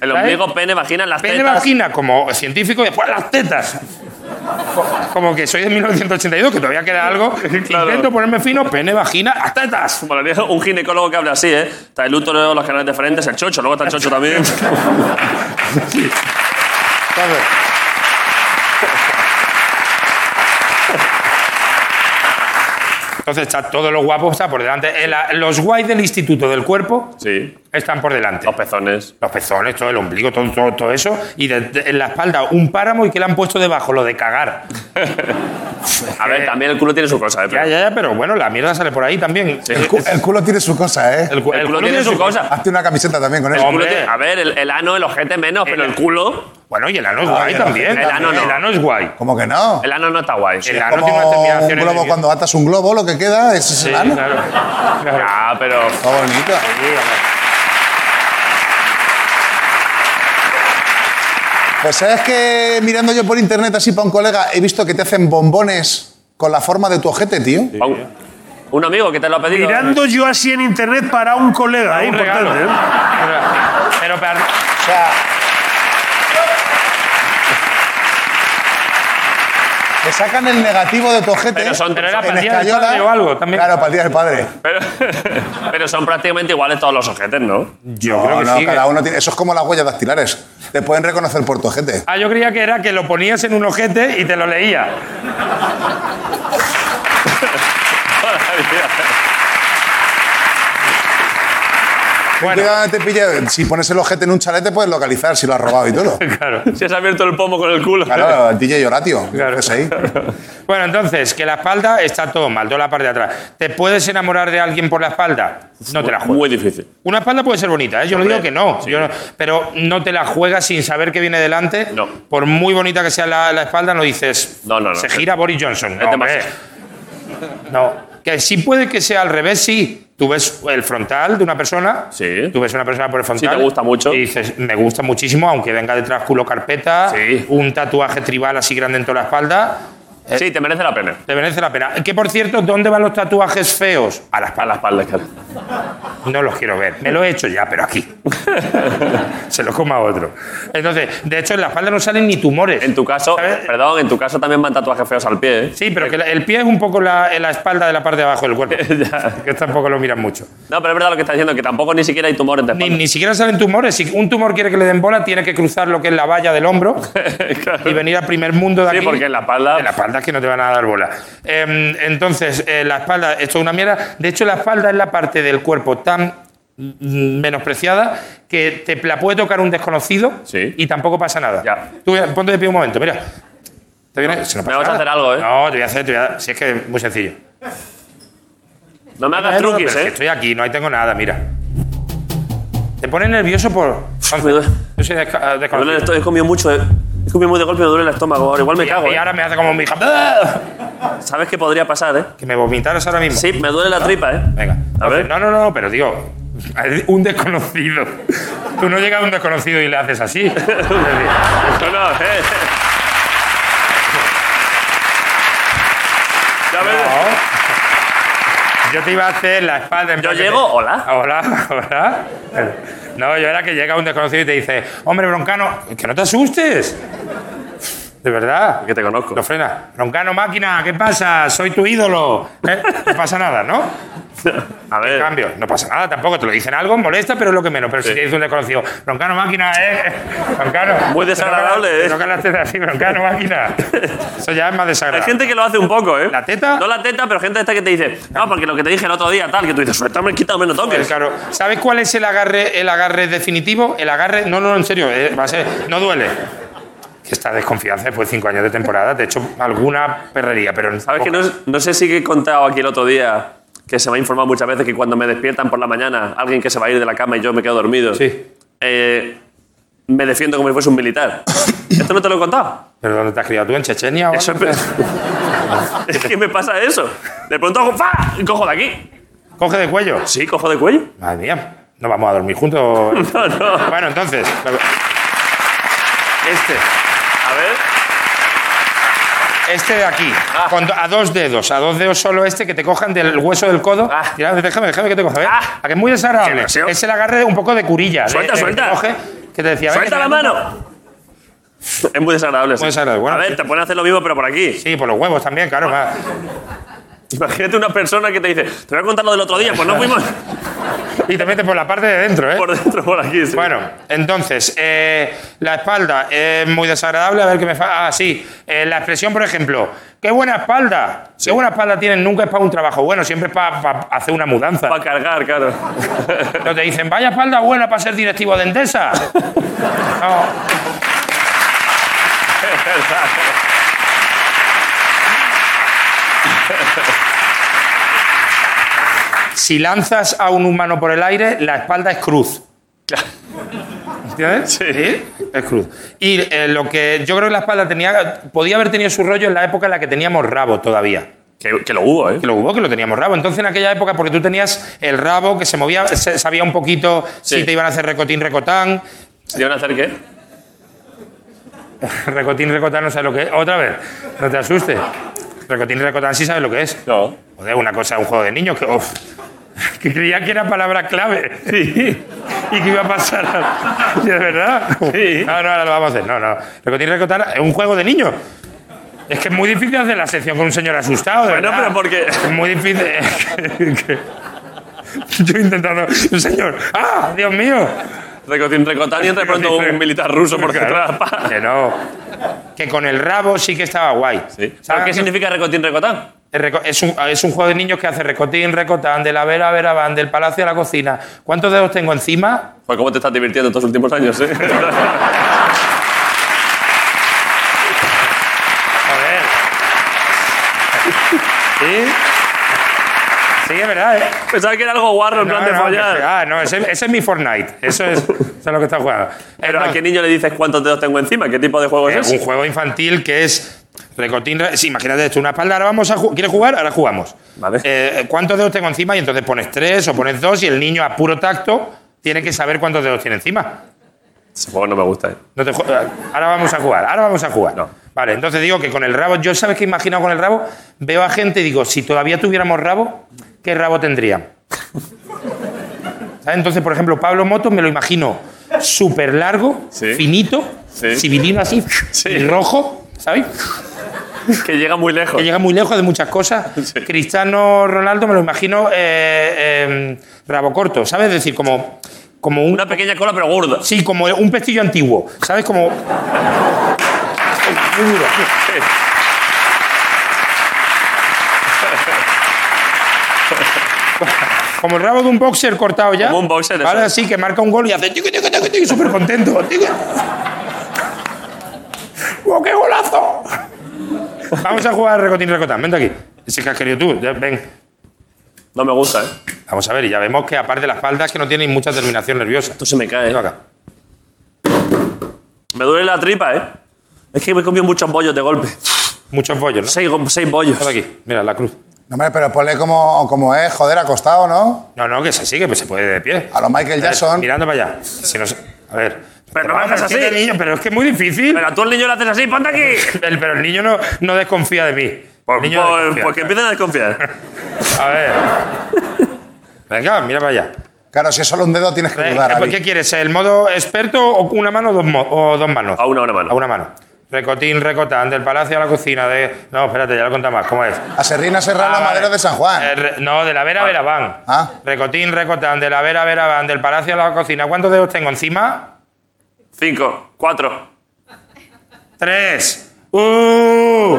S1: El
S9: ¿Sabes?
S1: ombligo, pene, vagina, las
S9: Pene,
S1: tetas.
S9: vagina, como científico, y después las tetas. Co- Como que soy de 1982, que todavía queda algo.
S1: Claro.
S9: Intento ponerme fino, pene, vagina, las tetas.
S1: Molaría un ginecólogo que habla así, ¿eh? Está el útero, los canales diferentes, el chocho, luego está el chocho también.
S4: ¿sabes?
S9: Entonces, está, todo lo guapo está por delante. El- los guays del instituto del cuerpo
S1: Sí.
S9: están por delante.
S1: Los pezones.
S9: Los pezones, todo el ombligo, todo, todo, todo eso. Y de- de- en la espalda un páramo y que le han puesto debajo, lo de cagar.
S1: A ver, también el culo tiene su cosa, ¿eh?
S9: Ya, ya, ya, pero bueno, la mierda sale por ahí también.
S1: Sí.
S9: El, cu-
S4: Cu- El culo tiene su cosa, ¿eh?
S9: el cu-
S1: El culo tiene su cosa.
S4: Hazte una camiseta también con
S1: El
S4: eso.
S1: culo
S9: Hombre.
S1: tiene- a ver, el, el ano, el ojete menos, pero el culo.
S9: Bueno, y el ano es
S4: Ah,
S9: guay
S4: el
S9: también.
S1: ano también.
S9: El ano es guay.
S4: ¿Cómo que no?
S1: El ano no está guay.
S9: El ano tiene unas
S4: Como un
S9: terminaciones.
S4: globo,
S9: de-
S4: cuando atas un globo, lo que queda es ese
S9: Sí,
S4: ano.
S9: claro. Ah, Claro.
S1: Ah, pero.
S4: Está bonito. Pues sabes que mirando yo por internet así para un colega, he visto que te hacen bombones con la forma de tu ojete, tío.
S1: Pa' Un, un amigo que te lo ha pedido.
S5: Mirando yo así en internet para un colega,
S9: Un
S5: eh,
S9: regalo.
S5: importante. ¿eh?
S9: Pero, pero para-
S4: O sea. Te sacan el negativo de tu ojete.
S1: Pero son-
S9: pero era
S4: en
S9: para el día del
S4: escayola.
S9: padre o algo también.
S4: Claro, para el día del padre.
S1: Pero, pero son prácticamente iguales todos los ojetes, ¿no?
S9: Yo
S4: No,
S9: creo que
S4: no,
S9: sí. que-
S4: cada uno tiene. Eso es como las huellas dactilares. Te pueden reconocer por tu ojete.
S9: Ah, yo creía que era que lo ponías en un ojete y te lo leía. bueno,
S4: Cuidado, te pille- Si pones el ojete en un chalet, te puedes localizar si lo has robado y todo.
S9: claro.
S1: Si has abierto el pomo con el culo.
S4: Claro, el DJ Horatio.
S9: Claro.
S4: Claro. Es ahí.
S9: Bueno, entonces, que la espalda está todo mal, toda la parte de atrás. ¿Te puedes enamorar de alguien por la espalda? No te la juegas.
S1: Muy difícil.
S9: Una espalda puede ser bonita, ¿eh? yo no
S1: Hombre,
S9: digo que no, yo no- pero no te la juegas sin saber que viene delante.
S1: No.
S9: Por muy bonita que sea la, la espalda, no dices,
S1: No, no, no.
S9: se gira Boris Johnson. No,
S1: demasiado.
S9: hombre. No. que sí puede que sea al revés, sí. Tú ves el frontal de una persona,
S1: Sí.
S9: tú ves una persona por el frontal.
S1: te gusta mucho.
S9: Y dices, me gusta muchísimo, aunque venga detrás culo carpeta,
S1: Sí.
S9: un tatuaje tribal así grande en toda la espalda. eh,
S1: Sí, te merece la pena.
S9: Te merece la pena. Que por cierto, ¿dónde van los tatuajes feos? A la
S1: A la
S9: espalda.
S1: espalda, claro.
S9: No los quiero ver. Me lo he hecho ya, pero aquí. Se los coma otro. Entonces, de hecho, en la espalda no salen ni tumores.
S1: En tu caso,
S9: ¿Sabes?
S1: perdón, en tu caso también van tatuajes feos al pie, ¿eh?
S9: Sí, pero que la- el pie es un poco la, en la espalda de la parte de abajo del cuerpo.
S1: Ya.
S9: que tampoco lo miran mucho.
S1: No, pero es verdad lo que estás diciendo, que tampoco ni siquiera hay tumores de
S9: Ni,
S1: espalda.
S9: ni siquiera salen tumores. Si un tumor quiere que le den bola, tiene que cruzar lo que es la valla del hombro
S1: Claro.
S9: y venir al primer mundo de
S1: Sí,
S9: aquí.
S1: porque en la espalda-
S9: En la espalda es que no te van a dar bola. Em, entonces, eh, la espalda, esto es una mierda. De hecho, la espalda es la parte del cuerpo tan mm, menospreciada que te la puede tocar un desconocido
S1: Sí.
S9: y tampoco pasa nada.
S1: Ya.
S9: Tú, eh, ponte de pie un momento, mira. ¿Te viene? Si no
S1: Me
S9: pasa
S1: vas a
S9: nada.
S1: hacer algo, ¿eh?
S9: No, te voy a hacer, te voy a- Si es que es muy sencillo.
S1: No me hagas
S9: Pero
S1: truquis,
S9: es que
S1: ¿eh?
S9: estoy aquí, no ahí tengo nada, mira. Te pones nervioso por.
S1: Me duele-
S9: Yo soy desca-
S1: me duele el
S9: desconocido.
S1: esto- He comido mucho, eh. He comido muy de golpe y me duele el estómago. ahora. Igual me cago,
S9: Y
S1: ¿eh?
S9: ahora me hace como mi hija.
S1: ¿Sabes qué podría pasar, eh?
S9: Que me vomitaras ahora mismo.
S1: Sí, me duele la tripa, eh.
S9: Venga.
S1: A ver.
S9: No, no, no, pero digo, un desconocido. Tú no llegas a un desconocido y le haces así. Es decir,
S1: No, no, eh. Ya ves.
S9: no. Yo te iba a hacer la espalda en
S1: Yo
S9: plan que
S1: llego,
S9: te-
S1: hola.
S9: Hola, hola. No, yo era que llega un desconocido y te dice, hombre, broncano, que no te asustes. De verdad.
S1: Que te conozco.
S9: Lo frena. Broncano, máquina, ¿qué pasa? Soy tu ídolo. ¿Eh? No pasa nada, ¿no?
S1: A
S9: En
S1: ver.
S9: cambio, no pasa nada tampoco. Te lo dicen algo, molesta, pero es lo que menos. Pero si te dice un desconocido, broncano, máquina, ¿eh? Broncano.
S1: Muy desagradable,
S9: Te toca la-
S1: ¿eh?
S9: Te toca la teta así, broncano, máquina. Eso ya es más
S1: Hay
S9: desagradable.
S1: gente que lo hace un poco, ¿eh?
S9: ¿La teta?
S1: No la teta, pero gente esta que te dice, no, porque lo que te dije el otro día, tal, que tú dices, suéltame, quítame, no
S9: Pues
S1: toques.
S9: claro. ¿Sabes cuál es el agarre, el agarre definitivo? El agarre. No, no, en serio, eh, va a ser. No duele. Que esta desconfianza después de cinco años de temporada te he hecho alguna perrería, pero.
S1: ¿Sabes que no, es- no sé si he contado aquí el otro día que se me ha informado muchas veces que cuando me despiertan por la mañana, alguien que se va a ir de la cama y yo me quedo dormido,
S9: Sí.
S1: eh, me defiendo como si fuese un militar. ¿Esto no te lo he contado?
S9: ¿Pero dónde te has criado tú? ¿En Chechenia? o
S1: Eso
S9: algo?
S1: es- Es que me pasa eso. De pronto hago ¡fa! y cojo de aquí.
S9: Coge de cuello.
S1: Sí, cojo de cuello.
S9: Madre mía. No vamos a dormir juntos.
S1: No, no.
S9: Bueno, entonces. Este.
S1: A ver.
S9: Este de aquí.
S1: Ah.
S9: Con do- a dos dedos. A dos dedos solo este que te cojan del hueso del codo.
S1: Ah.
S9: Tira, déjame, déjame que te coja. ¿eh?
S1: Ah.
S9: A que es muy desagradable.
S1: Qué lesión.
S9: Es el agarre un poco de curilla. de-
S1: Suelta,
S9: de que
S1: suelta.
S9: te coge, que te decía, venga,
S1: ¡Suelta la
S9: que-
S1: mano! Es muy desagradable. sí.
S9: Muy desagradable, bueno,
S1: a ver,
S9: sí.
S1: te ponen a hacer lo mismo, pero por aquí.
S9: Sí, por los huevos también, claro. va.
S1: Imagínate una persona que te dice, te voy a contar lo del otro día, pues no fuimos
S9: Y te metes por la parte de dentro, ¿eh?
S1: por dentro, por aquí. sí.
S9: Bueno, entonces, eh, la espalda eh, es muy desagradable. A ver qué me fa. Ah, sí. Eh, la expresión, por ejemplo, qué buena espalda. Qué buena espalda tienen. Nunca es para un trabajo bueno, siempre es para hacer una mudanza.
S1: Para cargar, claro.
S9: No te dicen, vaya espalda buena para ser directivo de Endesa. No. Si lanzas a un humano por el aire, la espalda es cruz. ¿Entiendes? Sí. Es cruz. Y eh, lo que yo creo que la espalda tenía, podía haber tenido su rollo en la época en la que teníamos rabo todavía.
S1: Que, que lo hubo, ¿eh?
S9: Que lo hubo, que lo teníamos rabo. Entonces, en aquella época, porque tú tenías el rabo que se movía, se- sabía un poquito
S1: Sí.
S9: si te iban a hacer recotín, recotán.
S1: ¿Te iban a hacer qué?
S9: Recotín, recotán, no sabes lo que es. Otra vez, no te asustes. Recotín, recotán, sí sabes lo que es.
S1: No.
S9: Joder, una cosa, un juego de niños que. uf, que creía que era palabra clave. Y que iba a pasar. al- Sí, ¿De verdad?
S1: Sí.
S9: No, no, ahora lo vamos a hacer. No, no. Recotín, recotán es un juego de niños. Es que es muy difícil hacer la sección con un señor asustado. de
S1: Bueno,
S9: verdad.
S1: pero porque-
S9: Es muy difícil. Yo intentando. Un señor. ¡Ah! ¡Dios mío!
S1: Recotín, recotán y entra de pronto un militar ruso por detrás. pa.
S9: Que no. Que con el rabo sí que estaba guay.
S1: Sí. ¿Sabes
S9: ¿Sabes
S1: qué significa recotín, recotán?
S9: El reco- Es un, es un juego de niños que hace recotín, recotán, de la vera a vera van, del palacio a la cocina. ¿Cuántos dedos tengo encima?
S1: Pues cómo te estás divirtiendo estos últimos años, ¿eh?
S9: Joder. Sí. Sí, es verdad, ¿eh?
S1: Pensaba que era algo guarro, en plan de
S9: No, no, que-
S1: follar.
S9: ah, no, ese, ese es mi Fortnite. Eso es, eso es lo que está jugando.
S1: Pero ¿a
S9: Entonces,
S1: qué niño le dices cuántos dedos tengo encima? ¿Qué tipo de juego es
S9: Eh,
S1: ese?
S9: un juego infantil que es recotín. re- sí, imagínate esto, una espalda. Ahora vamos a ju- ¿Quieres jugar? Ahora jugamos.
S1: Vale.
S9: Eh, ¿Cuántos dedos tengo encima? Y entonces pones tres o pones dos y el niño a puro tacto tiene que saber cuántos dedos tiene encima.
S1: Ese juego no me gusta, ¿eh?
S9: No te ju- ahora vamos a jugar, ahora vamos a jugar. Vale, entonces digo que con el rabo, yo sabes que he imaginado con el rabo, veo a gente y digo, si todavía tuviéramos rabo, ¿qué rabo tendrían? ¿Sabes? Entonces, por ejemplo, Pablo Motos me lo imagino súper largo,
S1: Sí.
S9: finito,
S1: Sí.
S9: civilino así, y rojo, ¿sabes?
S1: Que llega muy lejos.
S9: Que llega muy lejos de muchas cosas.
S1: Sí.
S9: Cristiano Ronaldo me lo imagino eh, eh, rabo corto, ¿sabes? Es decir, como, como un,
S1: Una pequeña cola, pero gorda.
S9: Sí, como un pestillo antiguo, ¿sabes? Como... Muy duro. Como el rabo de un boxer cortado ya.
S1: Como un boxer, eso
S9: Ahora
S1: es.
S9: sí, que marca un gol y hace... tiqui, tiqui, tiqui, tiqui, Súper contento. tiqui. ¡Wow, ¡Qué ¡Oh, golazo! Vamos a jugar a recotín recotán. Vente aquí. Si es que has querido tú. Ya, Ven.
S1: No me gusta, ¿eh?
S9: Vamos a ver. Y ya vemos que aparte de las faldas que no tienen mucha terminación nerviosa.
S1: Esto se me cae.
S9: Ven
S1: ¿eh?
S9: acá.
S1: Me duele la tripa, ¿eh? Es que me he comido muchos bollos de golpe.
S9: Muchos bollos, ¿no?
S1: Seis, go- seis bollos.
S9: Ven aquí. Mira, la cruz.
S4: No, hombre, pero ponle como, como es, joder, acostado, ¿no?
S9: No, no, que se sigue, pues se puede de pie.
S4: A lo Michael Jackson.
S9: Mirando para allá. Si no se- a ver.
S1: Pero no
S9: Vamos,
S1: hagas
S9: es
S1: así.
S9: que este niño- pero es que es muy difícil.
S1: Pero tú al niño le haces así, ponte aquí. Pues,
S9: El- pero el niño no, no desconfía de mí. El
S1: Por,
S9: niño
S1: por-
S9: desconfía.
S1: porque empiezan a desconfiar.
S9: A ver. Venga, mira para allá.
S4: Claro, si es solo un dedo tienes que
S9: Eh,
S4: dudar.
S9: ¿qué-
S4: Abby.
S9: ¿Qué quieres? ¿El modo experto o una mano o dos, mo- o dos manos?
S1: A una, a una mano.
S9: A una mano. Recotín, recotán, del palacio a la cocina, de... No, espérate, ya lo contamos más. ¿Cómo es?
S4: A Serrina Serrano,
S9: Ah, vale.
S4: Madero de San Juan.
S9: Eh, re- no, de la Vera Vera Van.
S4: Ah.
S9: Recotín, recotán, de la Vera Vera Van, del palacio a la cocina. ¿Cuántos dedos tengo encima?
S1: Cinco, cuatro.
S9: Tres. ¡Uh!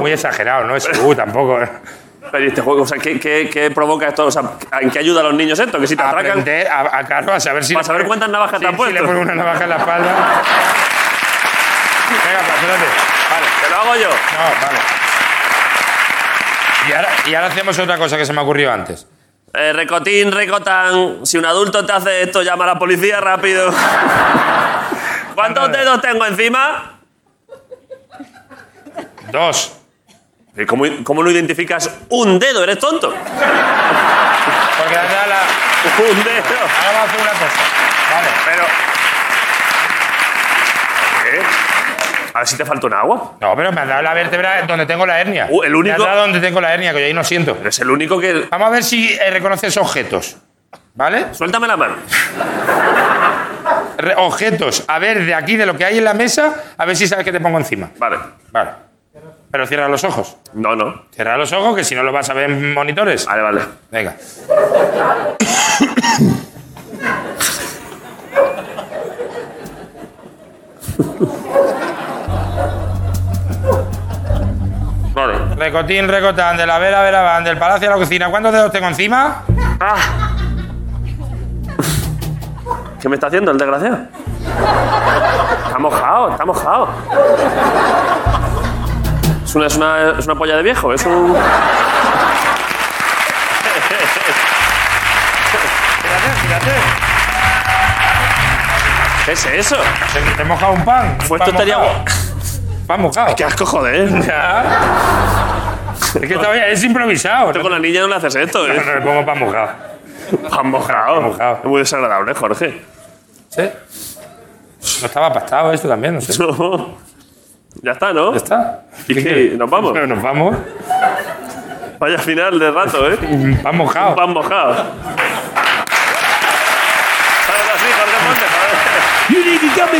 S9: Muy exagerado, ¿no? Ese uh tampoco.
S1: Pero ¿y este juego, o sea, ¿qué, qué, qué provoca esto? O sea, ¿en qué ayuda a los niños esto? Que si te atracan.
S9: Aprender a, a, claro, a saber si...
S1: Para
S9: le
S1: saber
S9: pone-
S1: cuántas navajas te
S9: si-
S1: han puesto.
S9: Si le pone una navaja en la espalda. Venga, pues, espérate.
S1: Vale, te lo hago yo.
S9: No, vale. Y ahora, y ahora hacemos otra cosa que se me ocurrió antes.
S1: Eh, recotín, recotan. Si un adulto te hace esto, llama a la policía rápido. ¿Cuántos dedos tengo encima?
S9: Dos.
S1: ¿Y ¿Cómo, ¿Cómo lo identificas? Un dedo, eres tonto.
S9: Porque ahora, la,
S1: Un dedo.
S9: ahora vamos a hacer una cosa. Vale.
S1: Pero. ¿Qué? A ver si te falta un agua.
S9: No, pero me has dado la vértebra donde tengo la hernia.
S1: Uh, el único-
S9: Me has dado donde tengo la hernia, que yo ahí no siento.
S1: Eres el único que.
S9: Vamos a ver si eh, reconoces objetos. ¿Vale?
S1: Suéltame la mano.
S9: Re- objetos. A ver, de aquí, de lo que hay en la mesa, a ver si sabes qué te pongo encima.
S1: Vale.
S9: Vale. Pero cierra los ojos.
S1: No, no.
S9: Cierra los ojos, que si no lo vas a ver en monitores.
S1: Vale, vale.
S9: Venga.
S1: Vale.
S9: Recotín, recotán, de la vera, vera, van, del palacio a la cocina. ¿Cuántos dedos tengo encima?
S1: ¿Qué me está haciendo el desgraciado? Está mojado, está mojado. Es una, es una, es una polla de viejo, es un.
S9: Fíjate, fíjate.
S1: ¿Qué es eso?
S9: Te, te he mojado un pan.
S1: Pues
S9: pan
S1: esto estaría
S9: mojado.
S1: guapo.
S9: Pan mojado.
S1: Qué asco, joder.
S9: Ya. Es que todavía es improvisado.
S1: Tú
S9: No,
S1: con la niña no le haces esto,
S9: no,
S1: ¿eh?
S9: no le pongo pan mojado.
S1: Pan mojado.
S9: Pan mojado.
S1: Es muy desagradable, Jorge.
S9: ¿Sí? No estaba pastado esto también, no sé. ¿Ya
S1: No. Ya está, ¿no?
S9: está?
S1: ¿Y qué?
S9: quieres?
S1: ¿Nos vamos?
S9: Bueno, nos vamos.
S1: Vaya final de rato, ¿eh?
S9: Mm, Pan mojado.
S1: Pan mojado. Ahora pues sí, Jorge Ponte, joder.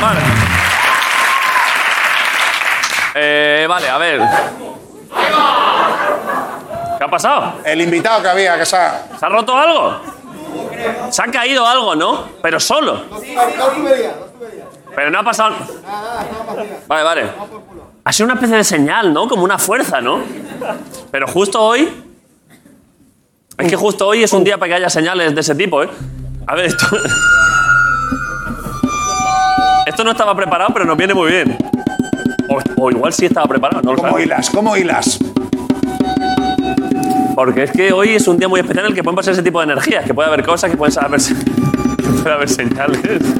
S1: Vale. Eh, vale, a ver. ¿Qué ha pasado?
S4: El invitado que había, que se ha...
S1: ¿Se ha roto algo? Se ha caído algo, ¿no? Pero solo. Pero no ha pasado. Vale, vale. Ha sido una especie de señal, ¿no? Como una fuerza, ¿no? Pero justo hoy. Es que justo hoy es un día para que haya señales de ese tipo, ¿eh? A ver, esto. Esto no estaba preparado, pero nos viene muy bien. O, o igual sí estaba preparado, no lo
S4: ¿Cómo
S1: sabemos.
S4: hilas? ¿Cómo hilas?
S1: Porque es que hoy es un día muy especial en el que pueden pasar ese tipo de energías, que puede haber cosas, que pueden haber, se- que puede haber señales.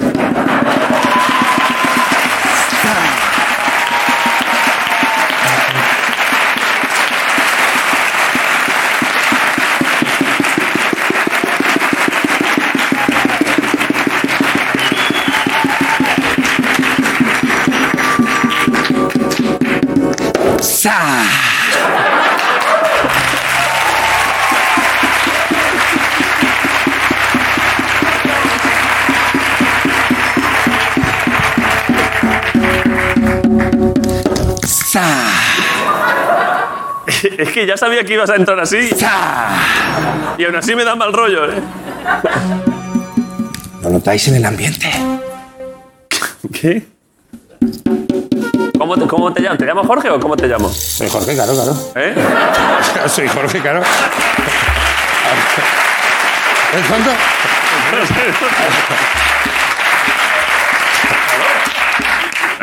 S1: Es que ya sabía que ibas a entrar así. Y aún así me da mal rollo, ¿eh?
S9: ¿Lo notáis en el ambiente?
S5: ¿eh?
S1: ¿Qué? ¿Cómo te, cómo te llamo? ¿Te llamo Jorge o cómo te llamo?
S9: Soy Jorge, claro, claro.
S1: ¿Eh?
S9: Soy Jorge, claro. ¿El tonto?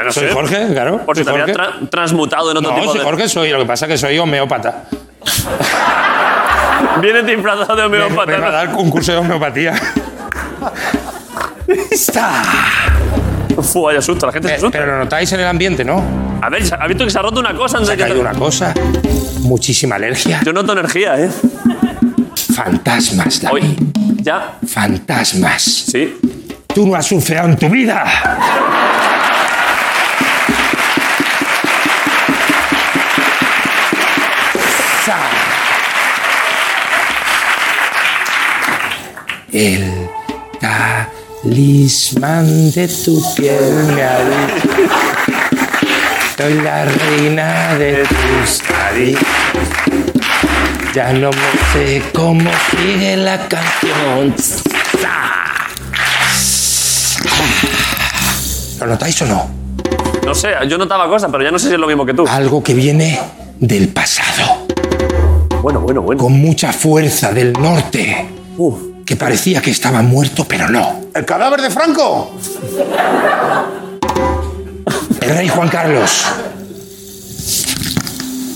S1: No
S9: Soy
S1: sé.
S9: Jorge, claro.
S1: Por si te
S9: soy
S1: habían
S9: Jorge.
S1: tra- transmutado en otro
S9: No,
S1: tipo
S9: soy
S1: de...
S9: Jorge soy, lo que pasa es que soy homeópata.
S1: Vienes disfrazado de
S9: Me- Me va a
S1: homeópata.
S9: dar un curso de homeopatía.
S1: ¿no? Fu, vaya susto, la gente se
S9: Eh,
S1: asusta.
S9: Pero lo notáis en el ambiente, ¿no?
S1: A ver, ¿ha visto que se ha roto una cosa antes
S9: Se
S1: de
S9: ha
S1: que
S9: caído
S1: te-
S9: una cosa. Muchísima alergia.
S1: Yo noto energía, ¿eh?
S9: Fantasmas, David.
S1: Hoy. Ya.
S9: Fantasmas.
S1: Sí.
S9: Tú no has surfeado en tu vida. Sa. El talismán de tu piel me avisa. Soy la reina de tus caricias. Ya no me sé cómo sigue la canción. ¿Lo notáis o no?
S1: No sé, yo notaba cosas, pero ya no sé si es lo mismo que tú.
S9: Algo que viene del pasado,
S1: Bueno, bueno, bueno.
S9: con mucha fuerza del norte, que parecía que estaba muerto, pero no.
S4: ¿El cadáver de Franco?
S9: El rey Juan Carlos.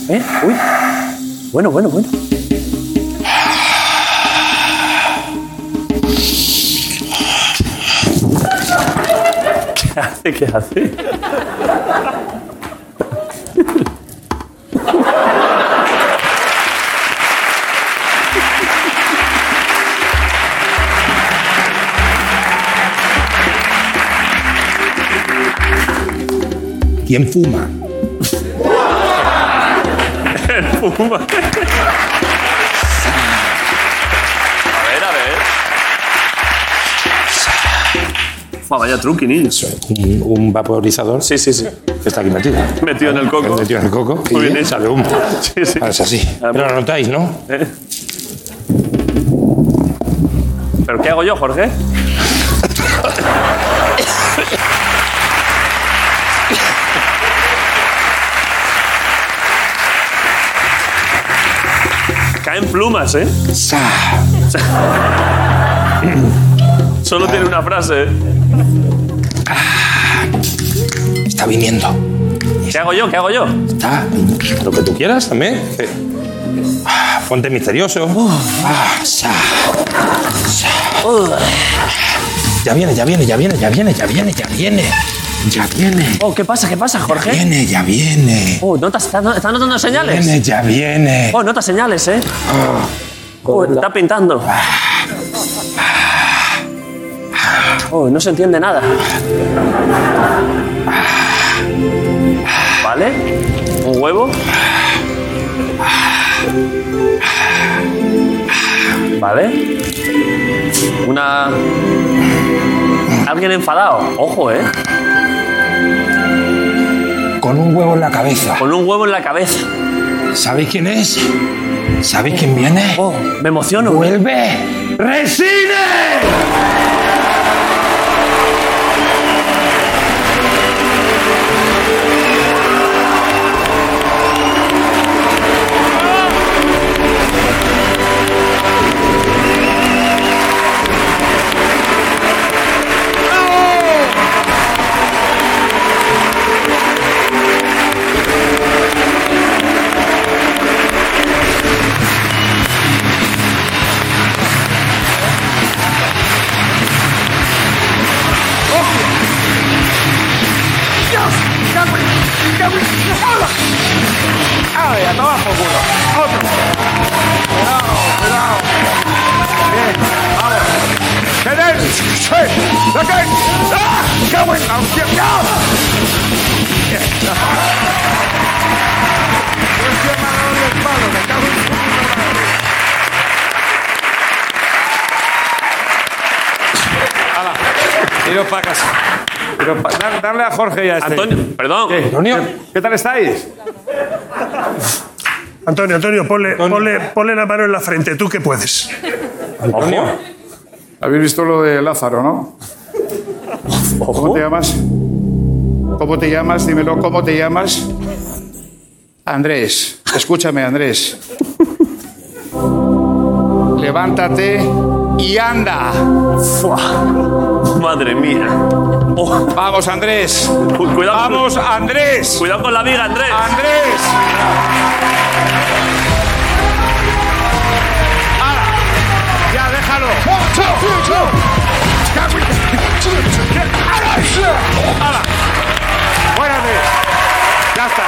S1: ¿Eh? Uy. Bueno, bueno, bueno. ¿Qué hace? ¿Qué hace?
S9: ¿Quién fuma?
S1: A ver, a ver. Fua, vaya truqui, niño.
S9: Un, un vaporizador
S1: Sí, sí, sí.
S9: que está aquí metido.
S1: Metido en el coco.
S9: Metido en el coco.
S1: Muy bien
S9: y
S1: hecho.
S9: sale humo. Ah,
S1: Sí, sí.
S9: Ahora es así. Pero lo notáis, ¿no?
S1: ¿Pero qué hago yo, Jorge? Caen plumas, ¿eh?
S9: Sa.
S1: Solo tiene una frase. ¿eh?
S9: Está viniendo.
S1: ¿Qué hago yo? ¿Qué hago yo?
S9: Está. Lo que tú quieras también. Eh, ah, Ponte misterioso. Ah, sa, sa. Ya viene, ya viene, ya viene, ya viene, ya viene, ya viene. Ya viene.
S1: Oh, ¿qué pasa? ¿Qué pasa, Jorge?
S9: Viene, ya viene.
S1: Oh, ¿notas, está, está notando señales?
S9: Viene, ya viene.
S1: Oh, nota señales, ¿eh? Oh, está pintando. Oh, no se entiende nada. ¿Vale? ¿Un huevo? ¿Vale? Una... Alguien enfadado. Ojo, ¿eh?
S9: Con un huevo en la cabeza.
S1: Con un huevo en la cabeza.
S9: ¿Sabéis quién es? ¿Sabéis quién viene?
S1: Oh, me emociono.
S9: ¡Vuelve! ¡Resines!
S10: Iros para casa. Iros pa- dar- darle a Jorge y a este.
S1: Antonio, perdón.
S10: ¿Qué?
S9: Antonio.
S10: ¿Qué tal estáis?
S5: Antonio, Antonio, ponle, Ponle, ponle la mano en la frente, tú que puedes.
S9: Antonio.
S11: Habéis visto lo de Lázaro, ¿no? ¿Cómo te llamas? ¿Cómo te llamas? Dímelo, ¿cómo te llamas? Andrés, escúchame, Andrés. Levántate y anda.
S1: Madre mía. Oh.
S9: Vamos, Andrés.
S1: cuidado.
S9: Vamos, Andrés.
S1: Cuidado con la viga, Andrés.
S9: Andrés. ¡Hala! Ya, déjalo. ¡Hala! Buena, Andrés. Ya está.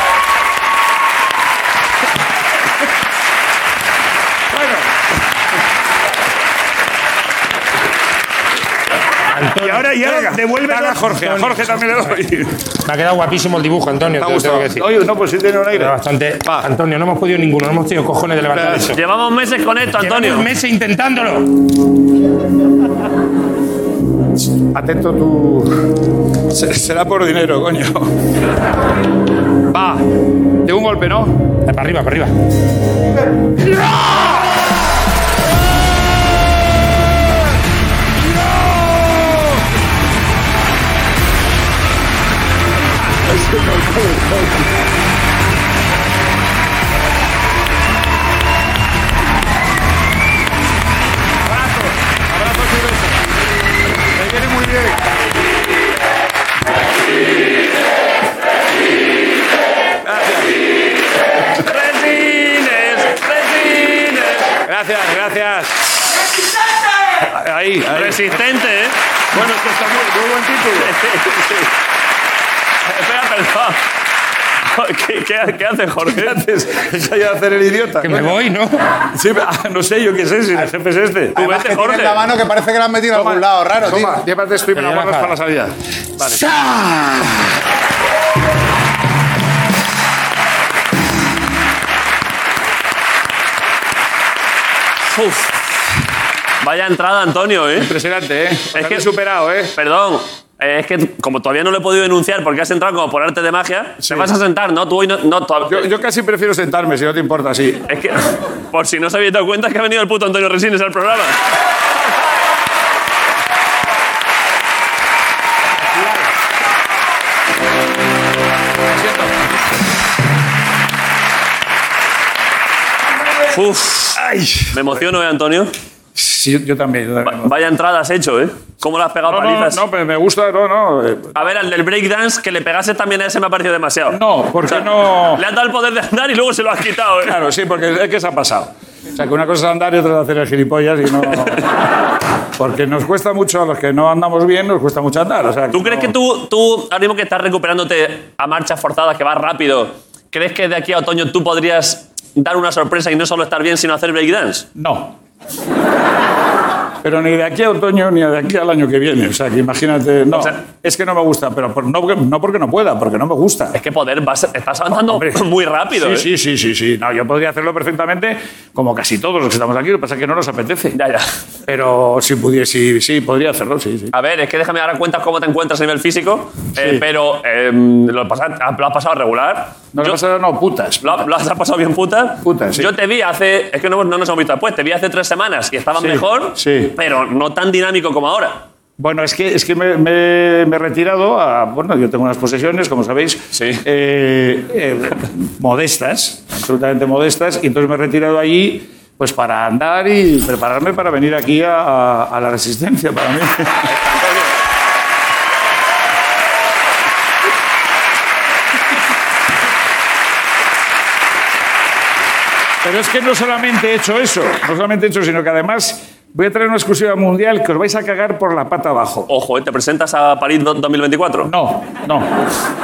S5: Y ahora ya
S9: Venga,
S5: devuelve
S9: dale a Jorge. A Jorge también le doy. Me ha quedado guapísimo el dibujo, Antonio.
S11: ¿Te ha
S9: te lo tengo
S11: gustado?
S9: que decir.
S11: Oye, no, pues sí tiene un aire.
S9: Pero bastante. Antonio, no hemos podido ninguno, no hemos tenido cojones de levantar eso.
S1: Llevamos meses con esto, Antonio.
S9: Llevamos meses intentándolo.
S11: Atento tu... Se- Será por dinero, coño. Va, de un golpe, ¿no?
S9: Eh, Para arriba, para arriba.
S11: Me viene muy bien.
S1: Resines, resines.
S9: Gracias, gracias. Ahí, ahí.
S1: Resistente, ¿eh?
S11: Bueno, esto está muy, muy buen título.
S1: Espera, perdón. ¿Qué, qué, qué hace Jorge?
S11: Deja ya de hacer el idiota.
S9: Que me voy, ¿no?
S11: Sí, ah, no sé, yo qué sé, si el jefe es este.
S1: Tú
S4: Además,
S1: vete,
S4: que tienes
S1: Jorge.
S4: la mano que parece que la han metido a algún lado, raro, tío.
S11: Toma, llévate esto y me la
S9: Pero ya la
S11: guardas para
S9: acaba.
S11: la salida.
S1: Uf. Vaya entrada, Antonio, ¿eh?
S11: Impresionante, ¿eh? Es
S1: que-
S11: que he superado, ¿eh?
S1: Perdón. eh, es que como todavía no lo he podido denunciar porque has entrado como por arte de magia,
S11: Sí.
S1: te vas a sentar, ¿no? Tú hoy no... no to-
S11: Yo, yo casi prefiero sentarme, si no te importa, sí.
S1: Es que, por si no os habéis dado cuenta, es que ha venido el puto Antonio Resines al programa. Uf,
S11: ¡Ay!
S1: me emociono, ¿eh, Antonio?
S11: Sí, yo, yo también. yo
S1: Va-
S11: también.
S1: Vaya entrada has hecho, ¿eh? ¿Cómo la has pegado
S11: No, no,
S1: palizas?
S11: no, pero me gusta, no, no. eh,
S1: A ver, al del breakdance, que le pegase también a ese me ha parecido demasiado.
S11: No, porque no.
S1: Le has dado el poder de andar y luego se lo has quitado, ¿eh?
S11: Claro, sí, porque es que se ha pasado. O sea, que una cosa es andar y otra es hacer el gilipollas y no. Porque nos cuesta mucho, a los que no andamos bien, nos cuesta mucho andar. O sea,
S1: ¿Tú crees
S11: no-
S1: que tú, tú, ahora mismo que estás recuperándote a marchas forzadas, que vas rápido, crees que de aquí a otoño tú podrías dar una sorpresa y no solo estar bien, sino hacer breakdance?
S11: No. Pero ni de aquí a otoño ni de aquí al año que viene. O sea, que imagínate. No,
S1: sea-
S11: es que no me gusta, pero por- no, porque- no porque no pueda, porque no me gusta.
S1: Es que poder, vas- estás avanzando
S11: Hombre.
S1: muy rápido.
S11: Sí,
S1: ¿eh?
S11: sí, sí, sí, sí. No, yo podría hacerlo perfectamente, como casi todos los que estamos aquí. Lo que pasa es que no nos apetece.
S1: Ya, ya.
S11: Pero si pudiese, sí, sí, podría hacerlo, sí, sí.
S1: A ver, es que déjame dar cuenta cómo te encuentras a nivel físico, eh, pero eh, lo, pasa- lo has pasado regular.
S11: No,
S1: Yo-
S11: lo pasa- no, putas.
S1: lo, lo has pasado bien puta.
S11: Puta, sí.
S1: Yo te vi hace. Es que no, no nos hemos visto después. Te vi hace tres semanas y estabas
S11: Sí,
S1: mejor,
S11: sí.
S1: pero no tan dinámico como ahora.
S11: Bueno, es que, es que me, me- me he retirado a. Bueno, yo tengo unas posesiones, como sabéis,
S1: Sí.
S11: eh, eh, modestas, absolutamente modestas, y entonces me he retirado allí pues para andar y prepararme para venir aquí a, a- a la resistencia para mí. Pero es que no solamente he hecho eso, no solamente he hecho, sino que además voy a traer una exclusiva mundial que os vais a cagar por la pata abajo.
S1: Ojo, ¿eh? ¿te presentas a París do- 2024?
S11: No, no,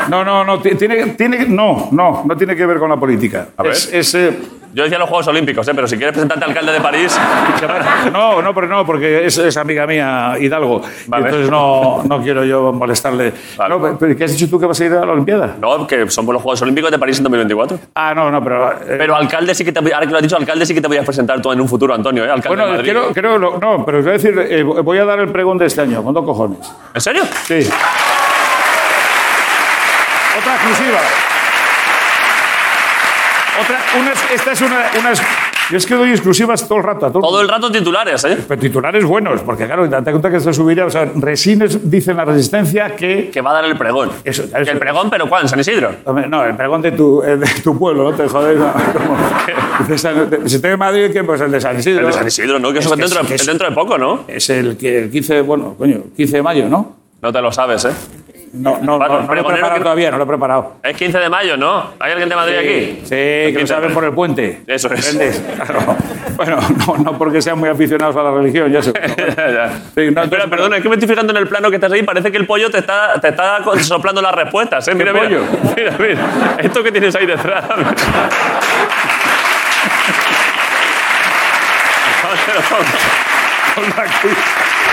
S11: no, no, no, ti- tiene, tiene, no, no, no tiene que ver con la política.
S1: A ver.
S11: Es- es, eh,
S1: Yo decía los Juegos Olímpicos, ¿eh? pero si quieres presentarte al alcalde de París.
S11: no, no, pero no, porque es, es amiga mía Hidalgo. Y
S1: Vale.
S11: Entonces no, no quiero yo molestarle.
S1: Vale.
S11: No, pero- pero ¿qué has dicho tú que vas a ir a la Olimpiada?
S1: No, que son por los Juegos Olímpicos de París en 2024.
S11: Ah, no, no, pero. eh,
S1: Pero alcalde sí que te. Ahora que lo has dicho, alcalde sí que te voy a presentar tú en un futuro, Antonio, ¿eh? Alcalde de
S11: bueno,
S1: Madrid.
S11: quiero, quiero- lo- no, pero os voy a decir, eh, voy a dar el pregón de este año, con dos cojones.
S1: ¿En serio?
S11: Sí. Otra exclusiva. Otra, una, esta es una, una- Yo es que doy exclusivas todo el rato. a todo,
S1: Todo el rato titulares, ¿eh?
S11: Pero titulares buenos, porque claro, date cuenta que esto subirá. O sea, Resines dice en la resistencia que.
S1: Que va a dar el pregón.
S11: Eso, eso.
S1: ¿El pregón, pero cuál? ¿En ¿San Isidro?
S11: Hombre, No, el pregón de tu, eh, de tu pueblo, no te jodes. no. Como- de San- de- si estoy en Madrid, ¿qué? Pues el de San Isidro.
S1: El de San Isidro, ¿no? Que eso
S11: Es
S1: es, dentro,
S11: es-
S1: de-
S11: es-
S1: es dentro de poco, ¿no?
S11: Es el, que, el 15, bueno, coño, 15 de mayo, ¿no?
S1: No te lo sabes, ¿eh?
S11: No, no,
S1: Paco,
S11: no, no lo he
S1: pregonero
S11: preparado
S1: que-
S11: todavía, no lo he preparado.
S1: Es 15 de mayo, ¿no? ¿Hay alguien de Madrid aquí?
S11: Sí, que lo saben por el puente.
S1: Eso es.
S11: ¿Entiendes? Claro. Bueno, no, no porque sean muy aficionados a la religión, ya sé.
S1: Ya, ya.
S11: Sí,
S1: Espera,
S11: no, entonces-
S1: perdona, es que me estoy fijando en el plano que estás ahí. Parece que el pollo te está, te está co- soplando las respuestas. ¿eh? Mira, mira.
S11: pollo?
S1: Mira, mira. Esto que tienes ahí detrás.
S11: Ponlo aquí,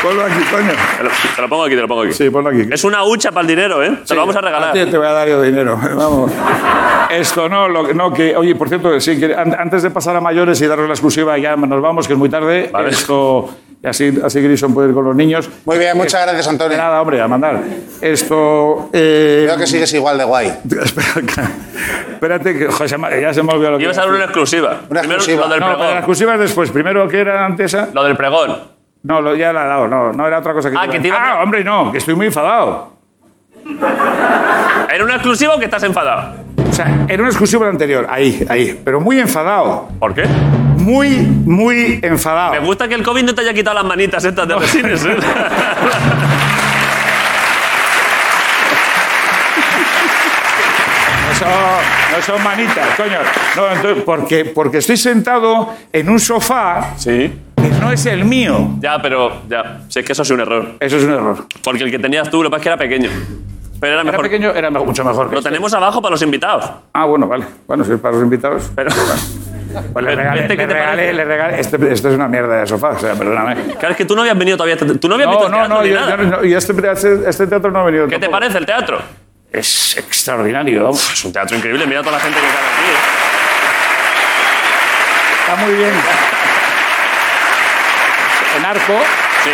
S11: ponlo aquí, coño.
S1: Te lo, te lo pongo aquí, te lo pongo aquí.
S11: Sí, Ah, ponlo aquí.
S1: Es una hucha para el dinero, ¿eh? Te lo vamos a regalar.
S11: ti te voy a dar yo dinero. Vamos. Esto no, lo, no, que. Oye, por cierto, sí, que an- antes de pasar a mayores y daros la exclusiva, ya nos vamos, que es muy tarde.
S1: Vale.
S11: Esto. y así, así Grison puede ir con los niños.
S4: Muy bien, muchas gracias,
S11: De
S4: Antonio.
S11: nada, hombre, a mandar. Esto. eh,
S4: Creo que sigues igual de guay.
S11: Espera, que- Espérate, que joder, se me- ya se me ha olvidado lo que.
S1: Ibas a dar una exclusiva.
S4: Una
S1: Primero
S4: exclusiva.
S1: lo del
S11: No, pero la
S1: pregón.
S11: exclusiva es después. Primero, ¿qué era antes? esa?
S1: Lo del pregón.
S11: No, lo, ya la he dado. No, no era otra cosa que.
S1: Ah, que te iba a-
S11: ah, hombre, no, que estoy muy enfadado.
S1: ¿Era una exclusiva o que estás enfadado?
S11: O sea, era una exclusiva la anterior. Ahí, ahí. Pero muy enfadado.
S1: ¿Por qué?
S11: Muy, muy
S1: Me
S11: enfadado.
S1: gusta que el COVID no te haya quitado las manitas estas de resines, ¿eh?
S11: No son, no son manitas, coño. No, entonces, porque, porque estoy sentado en un sofá
S1: Sí.
S11: que no es el mío.
S1: Ya, pero ya. Si es que eso es un error.
S11: Eso es un error.
S1: Porque el que tenías tú, lo que pasa es que era pequeño. Pero era
S11: Era
S1: mejor.
S11: pequeño, era me- mucho mejor. que
S1: Lo
S11: este.
S1: tenemos abajo para los invitados.
S11: Ah, bueno, vale. Bueno, si es para los invitados.
S1: Pero.
S11: Pues le
S1: Vente,
S11: regalé,
S1: ¿qué
S11: le
S1: te
S11: regalé,
S1: parece?
S11: le regalé. Este, esto es una mierda de sofá, o sea, perdóname.
S1: Claro, es que tú no habías venido todavía. Tú no habías visto
S11: No,
S1: el
S11: no,
S1: teatro
S11: no,
S1: ni
S11: yo,
S1: nada.
S11: yo no- yo este, este- este teatro no ha venido.
S1: ¿Qué te
S11: tampoco.
S1: parece el teatro?
S11: Es extraordinario, vamos.
S1: Es un teatro increíble. Mira a toda la gente que cae aquí. ¿eh?
S11: Está muy bien. En arco.
S1: ¿eh? Sí.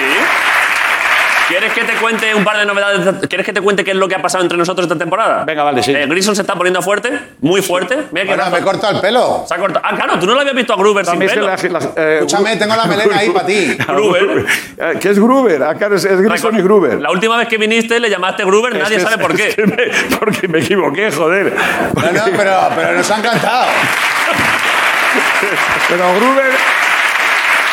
S1: ¿Quieres que te cuente un par de novedades? ¿Quieres que te cuente qué es lo que ha pasado entre nosotros esta temporada?
S11: Venga, vale, sí.
S1: Eh, Grison se está poniendo fuerte, muy fuerte. Mira que
S4: Bueno, me he cortado el pelo.
S1: se ha cortado. Ah, claro, tú no lo habías visto a Gruber sin
S11: También es que
S1: pelo.
S11: la- la- eh,
S4: Escúchame, tengo la melena ahí para ti.
S1: Gruber.
S11: Eh, ¿Qué es Gruber? Acá es, es Grison y Gruber.
S1: La última vez que viniste le llamaste Gruber, nadie
S11: Es que-
S1: sabe por qué.
S11: es que me- porque me equivoqué, joder.
S4: No, no, pero, pero nos ha encantado.
S11: Pero Gruber.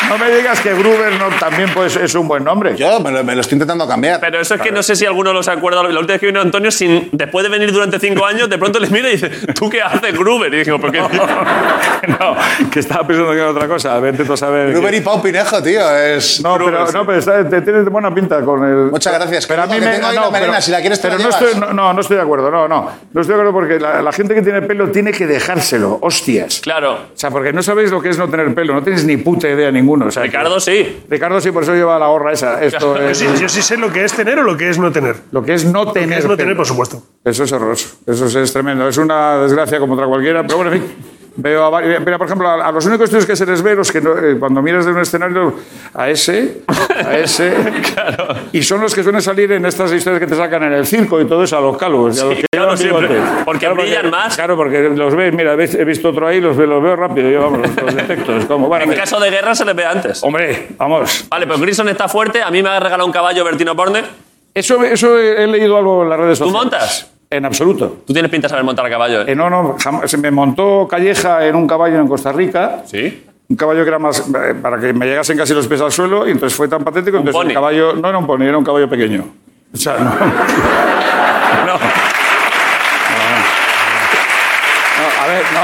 S11: No me digas que Gruber no, también pues, es un buen nombre.
S4: Yo me lo, me lo estoy intentando cambiar.
S1: Pero eso es que no sé si alguno los acuerda. La última vez que vino Antonio, sin, después de venir durante cinco años, de pronto les mira y dice, ¿tú qué haces, Gruber? Y dijimos, ¿por qué?
S11: no, que estaba pensando que era otra cosa. A ver, tú saber.
S4: Gruber y Pau Pinejo, tío. Es...
S11: No,
S1: Gruber,
S11: pero,
S1: sí.
S11: no, pero está- te tienes buena pinta con el.
S4: Muchas gracias.
S11: Pero a mí
S4: Que
S11: me.
S4: tengo ahí la melena, si la quieres te
S11: pero
S4: la
S11: no,
S4: llevas.
S11: estoy, no, no, no estoy de acuerdo, no, no. No estoy de acuerdo porque la, la gente que tiene pelo tiene que dejárselo, hostias.
S1: Claro.
S11: O sea, porque no sabéis lo que es no tener pelo, no tenéis ni puta idea ninguno. O sea, que-
S1: Ricardo, sí.
S11: Ricardo sí, por eso lleva la gorra esa. Esto
S5: Yo
S11: es,
S5: sí, yo sí sé lo que es tener o lo que es no tener.
S11: lo que es no
S5: Lo que
S11: tener.
S5: es no tener,
S11: pelo.
S5: por supuesto.
S11: Eso es horroroso. Eso es, es tremendo. Es una desgracia como otra cualquiera, pero bueno, en fin. Veo a varios- mira, por ejemplo, a, a los únicos tíos que se les ve, los que no- eh, cuando miras de un escenario, a ese, a ese, y son los que suelen salir en estas historias que te sacan en el circo y todo eso, a los calvos. y a los que
S1: claro,
S11: llevan
S1: siempre.
S11: bigote.
S1: Porque brillan más.
S11: Claro, porque los ves, mira, ves- he visto otro ahí, los, ve- los veo rápido, yo vamos, los, los detecto. es como, bueno,
S1: En
S11: mira.
S1: caso de guerra se les ve antes.
S11: hombre, vamos,
S1: Vale, pero Grison está fuerte. A mí me ha regalado un caballo Bertino Borne.
S11: Eso, eso he he leído algo en las redes sociales.
S1: montas?
S11: En absoluto.
S1: Tú tienes pinta de saber montar a caballo, ¿eh?
S11: Eh, no, no, jamás- se me montó Calleja en un caballo en Costa Rica.
S1: Sí.
S11: Un caballo que era más. eh, para que me llegasen casi los pies al suelo, y entonces fue tan patético.
S1: Un
S11: entonces
S1: pony.
S11: el caballo. No era un pony, era un caballo pequeño. O sea, no. No. No, a ver, no.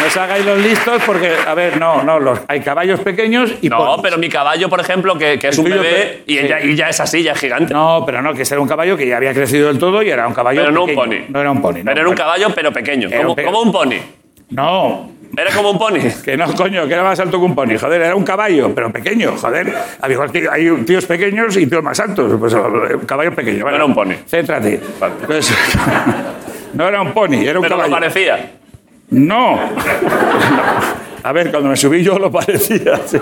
S11: No os hagáis los listos porque, a ver, no, no, los, hay caballos pequeños y
S1: No,
S11: ponis.
S1: pero mi caballo, por ejemplo, que, que es
S11: El
S1: un
S11: tuyo
S1: bebé
S11: que-
S1: y
S11: sí.
S1: ya, y ya es así, ya es gigante.
S11: No, pero no, que este era un caballo que ya había crecido del todo y era un caballo.
S1: Pero no un
S11: pequeño.
S1: pony.
S11: No era un pony. no,
S1: Pero era un
S11: bueno.
S1: caballo, pero pequeño.
S11: Era un
S1: Como,
S11: pe-
S1: como un pony.
S11: No,
S1: Era como un pony.
S11: que no, coño, que era más alto que un pony. Joder, era un caballo, pero pequeño, joder. Al igual que hay tíos pequeños y tíos más altos. Pues un caballo pequeño.
S1: era un pony.
S11: Céntrate.
S1: Vale.
S11: Pues, no era un pony, era un
S1: Pero no
S11: caballo.
S1: parecía.
S11: No. A ver, cuando me subí yo lo parecía. sí.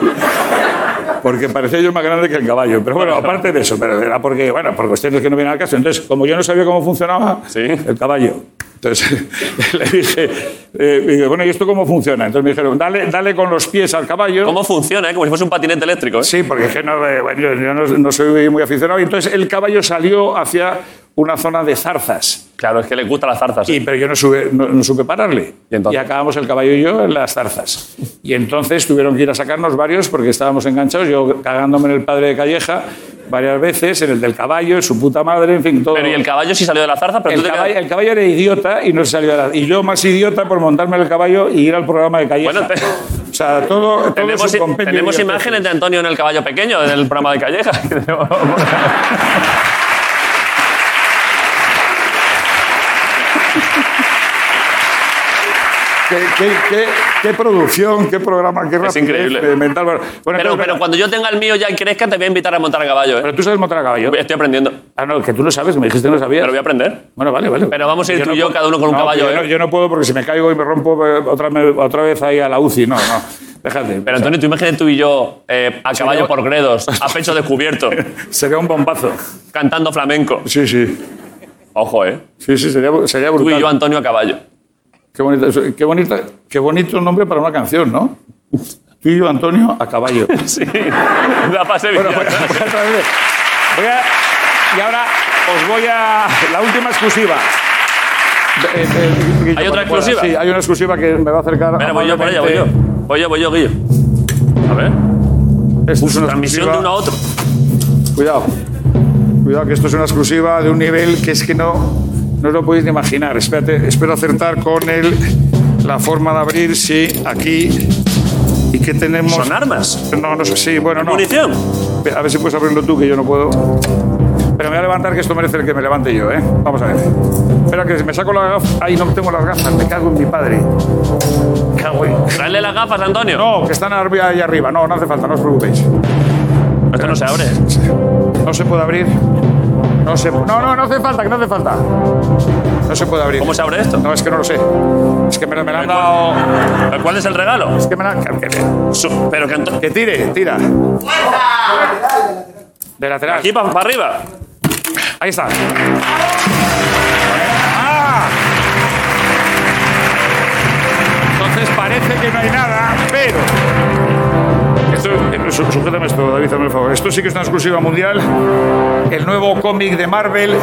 S11: Porque parecía yo más grande que el caballo. Pero bueno, aparte de eso, pero era porque, bueno, por cuestiones que no vienen al caso. Entonces, como yo no sabía cómo funcionaba
S1: Sí.
S11: el caballo, Entonces le dije, eh, y digo, bueno, ¿y esto cómo funciona? Entonces me dijeron, dale, dale con los pies al caballo.
S1: ¿Cómo funciona? eh? Como si fuese un patinete eléctrico. ¿eh?
S11: Sí, porque es que no, eh, bueno, yo, yo no, no soy muy aficionado. Y entonces el caballo salió hacia una zona de zarzas.
S1: Claro, es que le gustan las zarzas.
S11: Y, pero yo no, sube- no- no supe pararle.
S1: ¿Y entonces?
S11: acabamos el caballo y yo en las zarzas. Y entonces tuvieron que ir a sacarnos varios porque estábamos enganchados. Yo cagándome en el padre de Calleja varias veces, en el del caballo, en su puta madre, en fin, todo.
S1: Pero y el caballo sí salió de la zarza, pero
S11: El
S1: tú te
S11: caballo,
S1: quedas-
S11: el caballo era idiota y no se salió de la... Y yo más idiota por montarme en el caballo y ir al programa de Calleja.
S1: Bueno, te-
S11: O sea, todo, todo
S1: Tenemos,
S11: es un compendio de
S1: tenemos
S11: idioteces.
S1: imágenes de Antonio en el caballo pequeño del programa de Calleja.
S11: ¿Qué, qué, qué- qué producción, qué programa, qué rapidez
S1: increíble.
S11: de mental. Bueno,
S1: pero, pero cuando yo tenga el mío ya y crezca, te voy a invitar a montar a caballo. ¿eh?
S11: pero tú sabes montar a caballo.
S1: Estoy aprendiendo.
S11: Ah, no, que tú lo sabes, me dijiste que lo sabías.
S1: Pero voy a aprender.
S11: Bueno, vale, vale.
S1: Pero vamos a ir tú y yo,
S11: puedo-
S1: cada uno con un
S11: No,
S1: caballo,
S11: Yo,
S1: ¿eh?
S11: no, yo no puedo porque si me caigo y me rompo eh, otra, me- otra vez ahí a la UCI. No, no. Déjate.
S1: Pero Antonio, tú imagínate tú y yo eh, a caballo por gredos, a pecho descubierto,
S11: Sería un bombazo.
S1: cantando flamenco.
S11: Sí, sí.
S1: Ojo, ¿eh?
S11: Sí, sí, sería, sería
S1: Tú y yo,
S11: brutal.
S1: Antonio, a caballo.
S11: Qué bonito, eso- qué, bonita, qué bonito nombre para una canción, ¿no? Tú y yo, Antonio, a caballo.
S1: Sí. La pasé bien.
S11: Bueno, pues, voy a- voy a traerle- voy a- y ahora os voy a. La última exclusiva. Eh, eh, Guillo,
S1: ¿Hay otra
S11: cuando pueda.
S1: exclusiva?
S11: Sí, hay una exclusiva que me va a acercar.
S1: Espera, voy yo por ella, voy yo. Voy yo, voy yo, Guillo. A ver.
S11: Esto es una
S1: Transmisión
S11: exclusiva.
S1: de uno a otro.
S11: Cuidado. Cuidado, que esto es una exclusiva de un nivel que es que no, no os lo podéis ni imaginar. Espérate, espero acertar con el, la forma de abrir, sí, aquí. ¿Y qué tenemos?
S1: Son armas.
S11: No, no sé, sí, bueno, no.
S1: Munición.
S11: A ver si puedes abrirlo tú, que yo no puedo. Pero me voy a levantar, que esto merece el que me levante yo, ¿eh? Vamos a ver. Espera, que me saco las gafas. Ay, no tengo las gafas, me cago en mi padre. Cago en-
S1: Traedle las gafas, Antonio.
S11: No, que están arri- ahí arriba. No, no hace falta, no os preocupéis.
S1: Esto no se abre.
S11: No se puede abrir. No se No, no, no hace falta, que no hace falta. No se puede abrir.
S1: ¿Cómo se abre esto?
S11: No, es que no lo sé. Es que me, lo- me lo han dado.
S1: ¿Cuál- ¿Cuál es el regalo?
S11: Es que me lo han. Que, que-
S1: Su- Pero que Anto-
S11: que tire, tira. De lateral.
S1: Aquí para arriba.
S11: Ahí está. ¡Ah! Entonces parece que no hay nada, pero. Esto, eh, su- sujétame esto, David, hazme el favor. Esto sí que es una exclusiva mundial. El nuevo cómic de Marvel,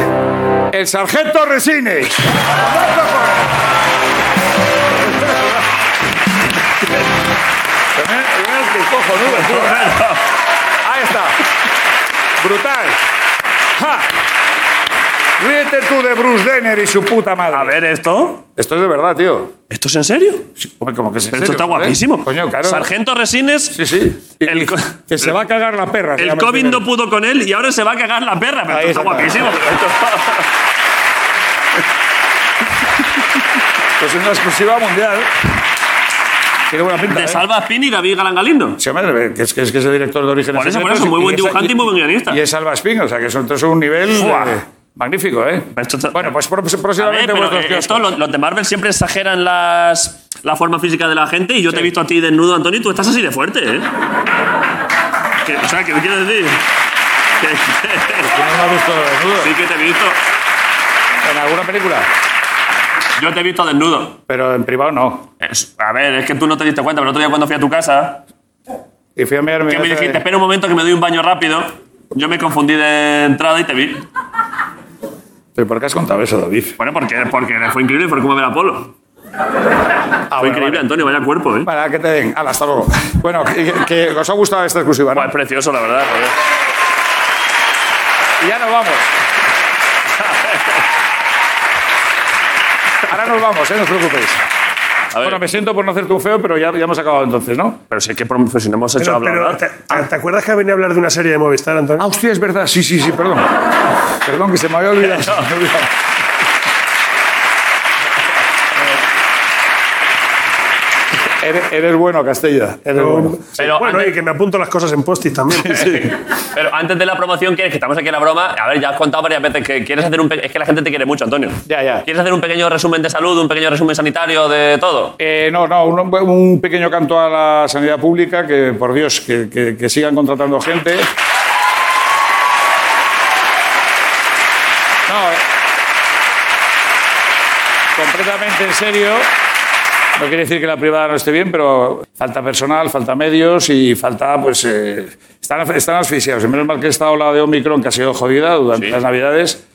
S11: El Sargento Resines. ¡Aplauso por- También, veas que cojonudo, tú, ¿eh? Ahí está. Brutal. ¡Ja! Ríete tú de Bruce Denner y su puta madre.
S1: A ver esto.
S11: Esto es de verdad, tío.
S1: ¿Esto es en serio?
S11: Hombre, como que es en
S1: Pero esto está
S11: serio, joder.
S1: guapísimo.
S11: Coño, claro.
S1: Sargento Resines.
S11: Sí, sí. Y-
S1: El co-
S11: que se va a cagar la perra. se
S1: El
S11: llama
S1: COVID
S11: primer.
S1: no pudo con él y ahora se va a cagar la perra. Pero
S11: Ahí
S1: esto está
S11: está.
S1: guapísimo. pero esto está-
S11: Esto Pues es una exclusiva mundial. Tiene buena pinta.
S1: De
S11: ¿eh?
S1: Salva Spin y David Galán Galindo.
S11: Sí, hombre, que es, que es, que es el director de origen.
S1: Por eso, por eso, muy buen dibujante y muy buen guionista.
S11: Y es Alba Spin, o sea, que son, es un nivel
S1: Fua.
S11: eh, magnífico, ¿eh?
S1: Esto está-
S11: Bueno, pues
S1: A
S11: pro-
S1: ver,
S11: próximamente
S1: pero
S11: vuestros
S1: eh, esto,
S11: kioscos.
S1: los, los de Marvel siempre exageran las, la forma física de la gente y yo te he visto a ti desnudo, Antonio, y tú estás así de fuerte, ¿eh? Que- o sea, ¿qué me quieres decir? Que- que-
S11: ¿Quién no lo ha visto desnudo?
S1: sí que te he visto.
S11: En alguna película.
S1: Yo te he visto desnudo.
S11: Pero en privado no.
S1: Es- a ver, es que tú no te diste cuenta, pero el otro día cuando fui a tu casa,
S11: Y fui a mirar mi
S1: que me
S11: casa de-
S1: dijiste, espera un momento que me doy un baño rápido, yo me confundí de entrada y te vi.
S11: ¿Pero por qué has contado eso, David?
S1: Bueno, porque, porque fue increíble, fue como ver a Polo.
S11: Ah,
S1: fue
S11: bueno,
S1: increíble,
S11: vale.
S1: Antonio, vaya cuerpo, ¿eh?
S11: Para que te den. Hala, hasta luego. Bueno, que, que os ha gustado esta exclusiva, ¿no?
S1: Buah, es precioso, la verdad. joder.
S11: Y ya nos vamos. Ahora nos vamos, ¿eh? No os preocupéis.
S1: A ver,
S11: Bueno, me siento por no hacerte un feo, pero ya, ya hemos acabado entonces, ¿no?
S1: pero sí que profesional hemos hecho
S5: Pero,
S1: hablar.
S5: pero, ¿te,
S1: ¿verdad?
S5: a- ¿te acuerdas que venía a hablar de una serie de Movistar, Antonio?
S11: Ah, hostia, es verdad. Sí, sí, sí, perdón. Perdón, que se me había olvidado. se me había olvidado. Eres, eres bueno, Castella. Eres bueno.
S1: Pero
S5: bueno,
S1: antes-
S5: oye, que me apunto las cosas en post también.
S1: Pero antes de la promoción, quieres que estamos aquí en la broma. A ver, ya has contado varias veces que quieres hacer un. pe- Es que la gente te quiere mucho, Antonio.
S11: Ya, ya.
S1: ¿Quieres hacer un pequeño resumen de salud, un pequeño resumen sanitario de todo?
S11: Eh, no, no, un, un pequeño canto a la sanidad pública, que por Dios, que, que- que sigan contratando gente. No, eh, completamente en serio. No quiere decir que la privada no esté bien, pero falta personal, falta medios y falta, pues, eh, están, están asfixiados. Y menos mal que esta ola de Omicron, que ha sido jodida durante las Navidades,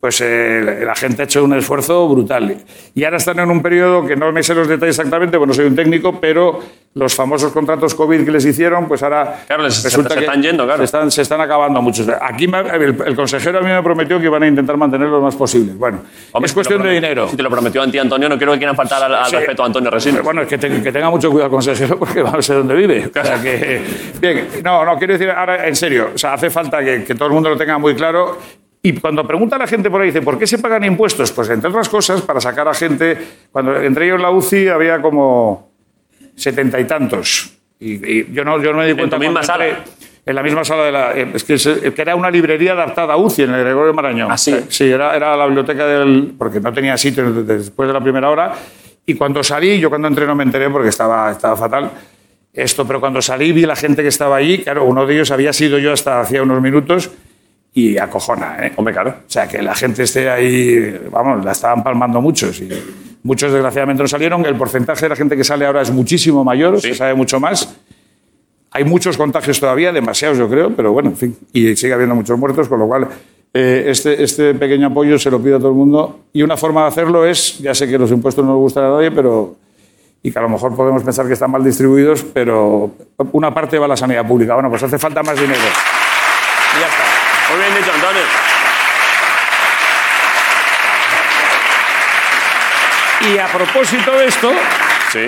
S11: pues eh, la- la gente ha hecho un esfuerzo brutal. Y ahora están en un periodo que no me sé los detalles exactamente, bueno, soy un técnico, pero los famosos contratos COVID que les hicieron, pues ahora
S1: Claro, les- se- se están yendo, claro.
S11: se están, se están acabando muchos. Aquí me- el, el consejero a mí me prometió que iban a intentar mantenerlo lo más posible. Bueno,
S1: Hombre,
S11: es
S1: si te lo
S11: cuestión de
S1: promet-
S11: dinero.
S1: Si te lo prometió a ti, Antonio, no quiero que quieran faltar al, al
S11: Sí.
S1: respeto a Antonio Resines.
S11: Bueno, es que, te- que tenga mucho cuidado, consejero, porque va a ser donde vive. O sea que, bien, no, no, quiero decir, ahora en serio, o sea, hace falta que, que todo el mundo lo tenga muy claro. Y cuando pregunta la gente por ahí, dice, ¿por qué se pagan impuestos? Pues entre otras cosas, para sacar a gente. Cuando entre ellos la UCI había como setenta y tantos. Y, y yo, no, yo no me di
S1: En
S11: cuenta.
S1: tu misma
S11: cuando entré-
S1: sala.
S11: En la misma sala de la. eh, Es que, se- que era una librería adaptada a UCI en el Gregorio Marañón. Eh,
S1: Ah, sí.
S11: Sí, era, era la biblioteca del. porque no tenía sitio después de la primera hora. Y cuando salí, yo cuando entré no me enteré porque estaba, estaba fatal esto, pero cuando salí vi la gente que estaba allí. Claro, uno de ellos había sido yo hasta hacía unos minutos y acojona, ¿eh?
S1: Hombre, claro.
S11: O sea, que la gente esté ahí, vamos, la estaban palmando muchos y muchos desgraciadamente no salieron. El porcentaje de la gente que sale ahora es muchísimo mayor, se sabe mucho más. Hay muchos contagios todavía, demasiados yo creo, pero bueno, en fin. Y sigue habiendo muchos muertos, con lo cual eh, este, este pequeño apoyo se lo pido a todo el mundo. Y una forma de hacerlo es, ya sé que los impuestos no nos gustan a nadie, pero... Y que a lo mejor podemos pensar que están mal distribuidos, pero una parte va a la sanidad pública. Bueno, pues hace falta más dinero. Y ya está.
S1: Muy bien dicho, Antonio.
S11: Y a propósito de esto,
S1: Sí.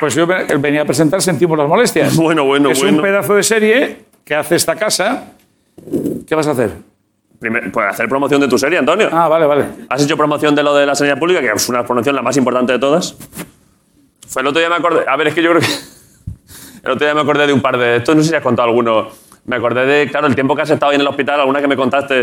S11: pues yo ve- venía a presentar Sentimos las molestias.
S1: Bueno, bueno,
S11: es un
S1: bueno.
S11: pedazo de serie que hace esta casa. ¿Qué vas a hacer?
S1: Primer- pues hacer promoción de tu serie, Antonio.
S11: Ah, vale, vale.
S1: Has hecho promoción de lo de la sanidad pública, que es una promoción la más importante de todas. Fue el otro día me acordé. A ver, es que yo creo que. El otro día me acordé de un par de. Esto no sé si has contado alguno. Me acordé de, claro, el tiempo que has estado ahí en el hospital, alguna que me contaste.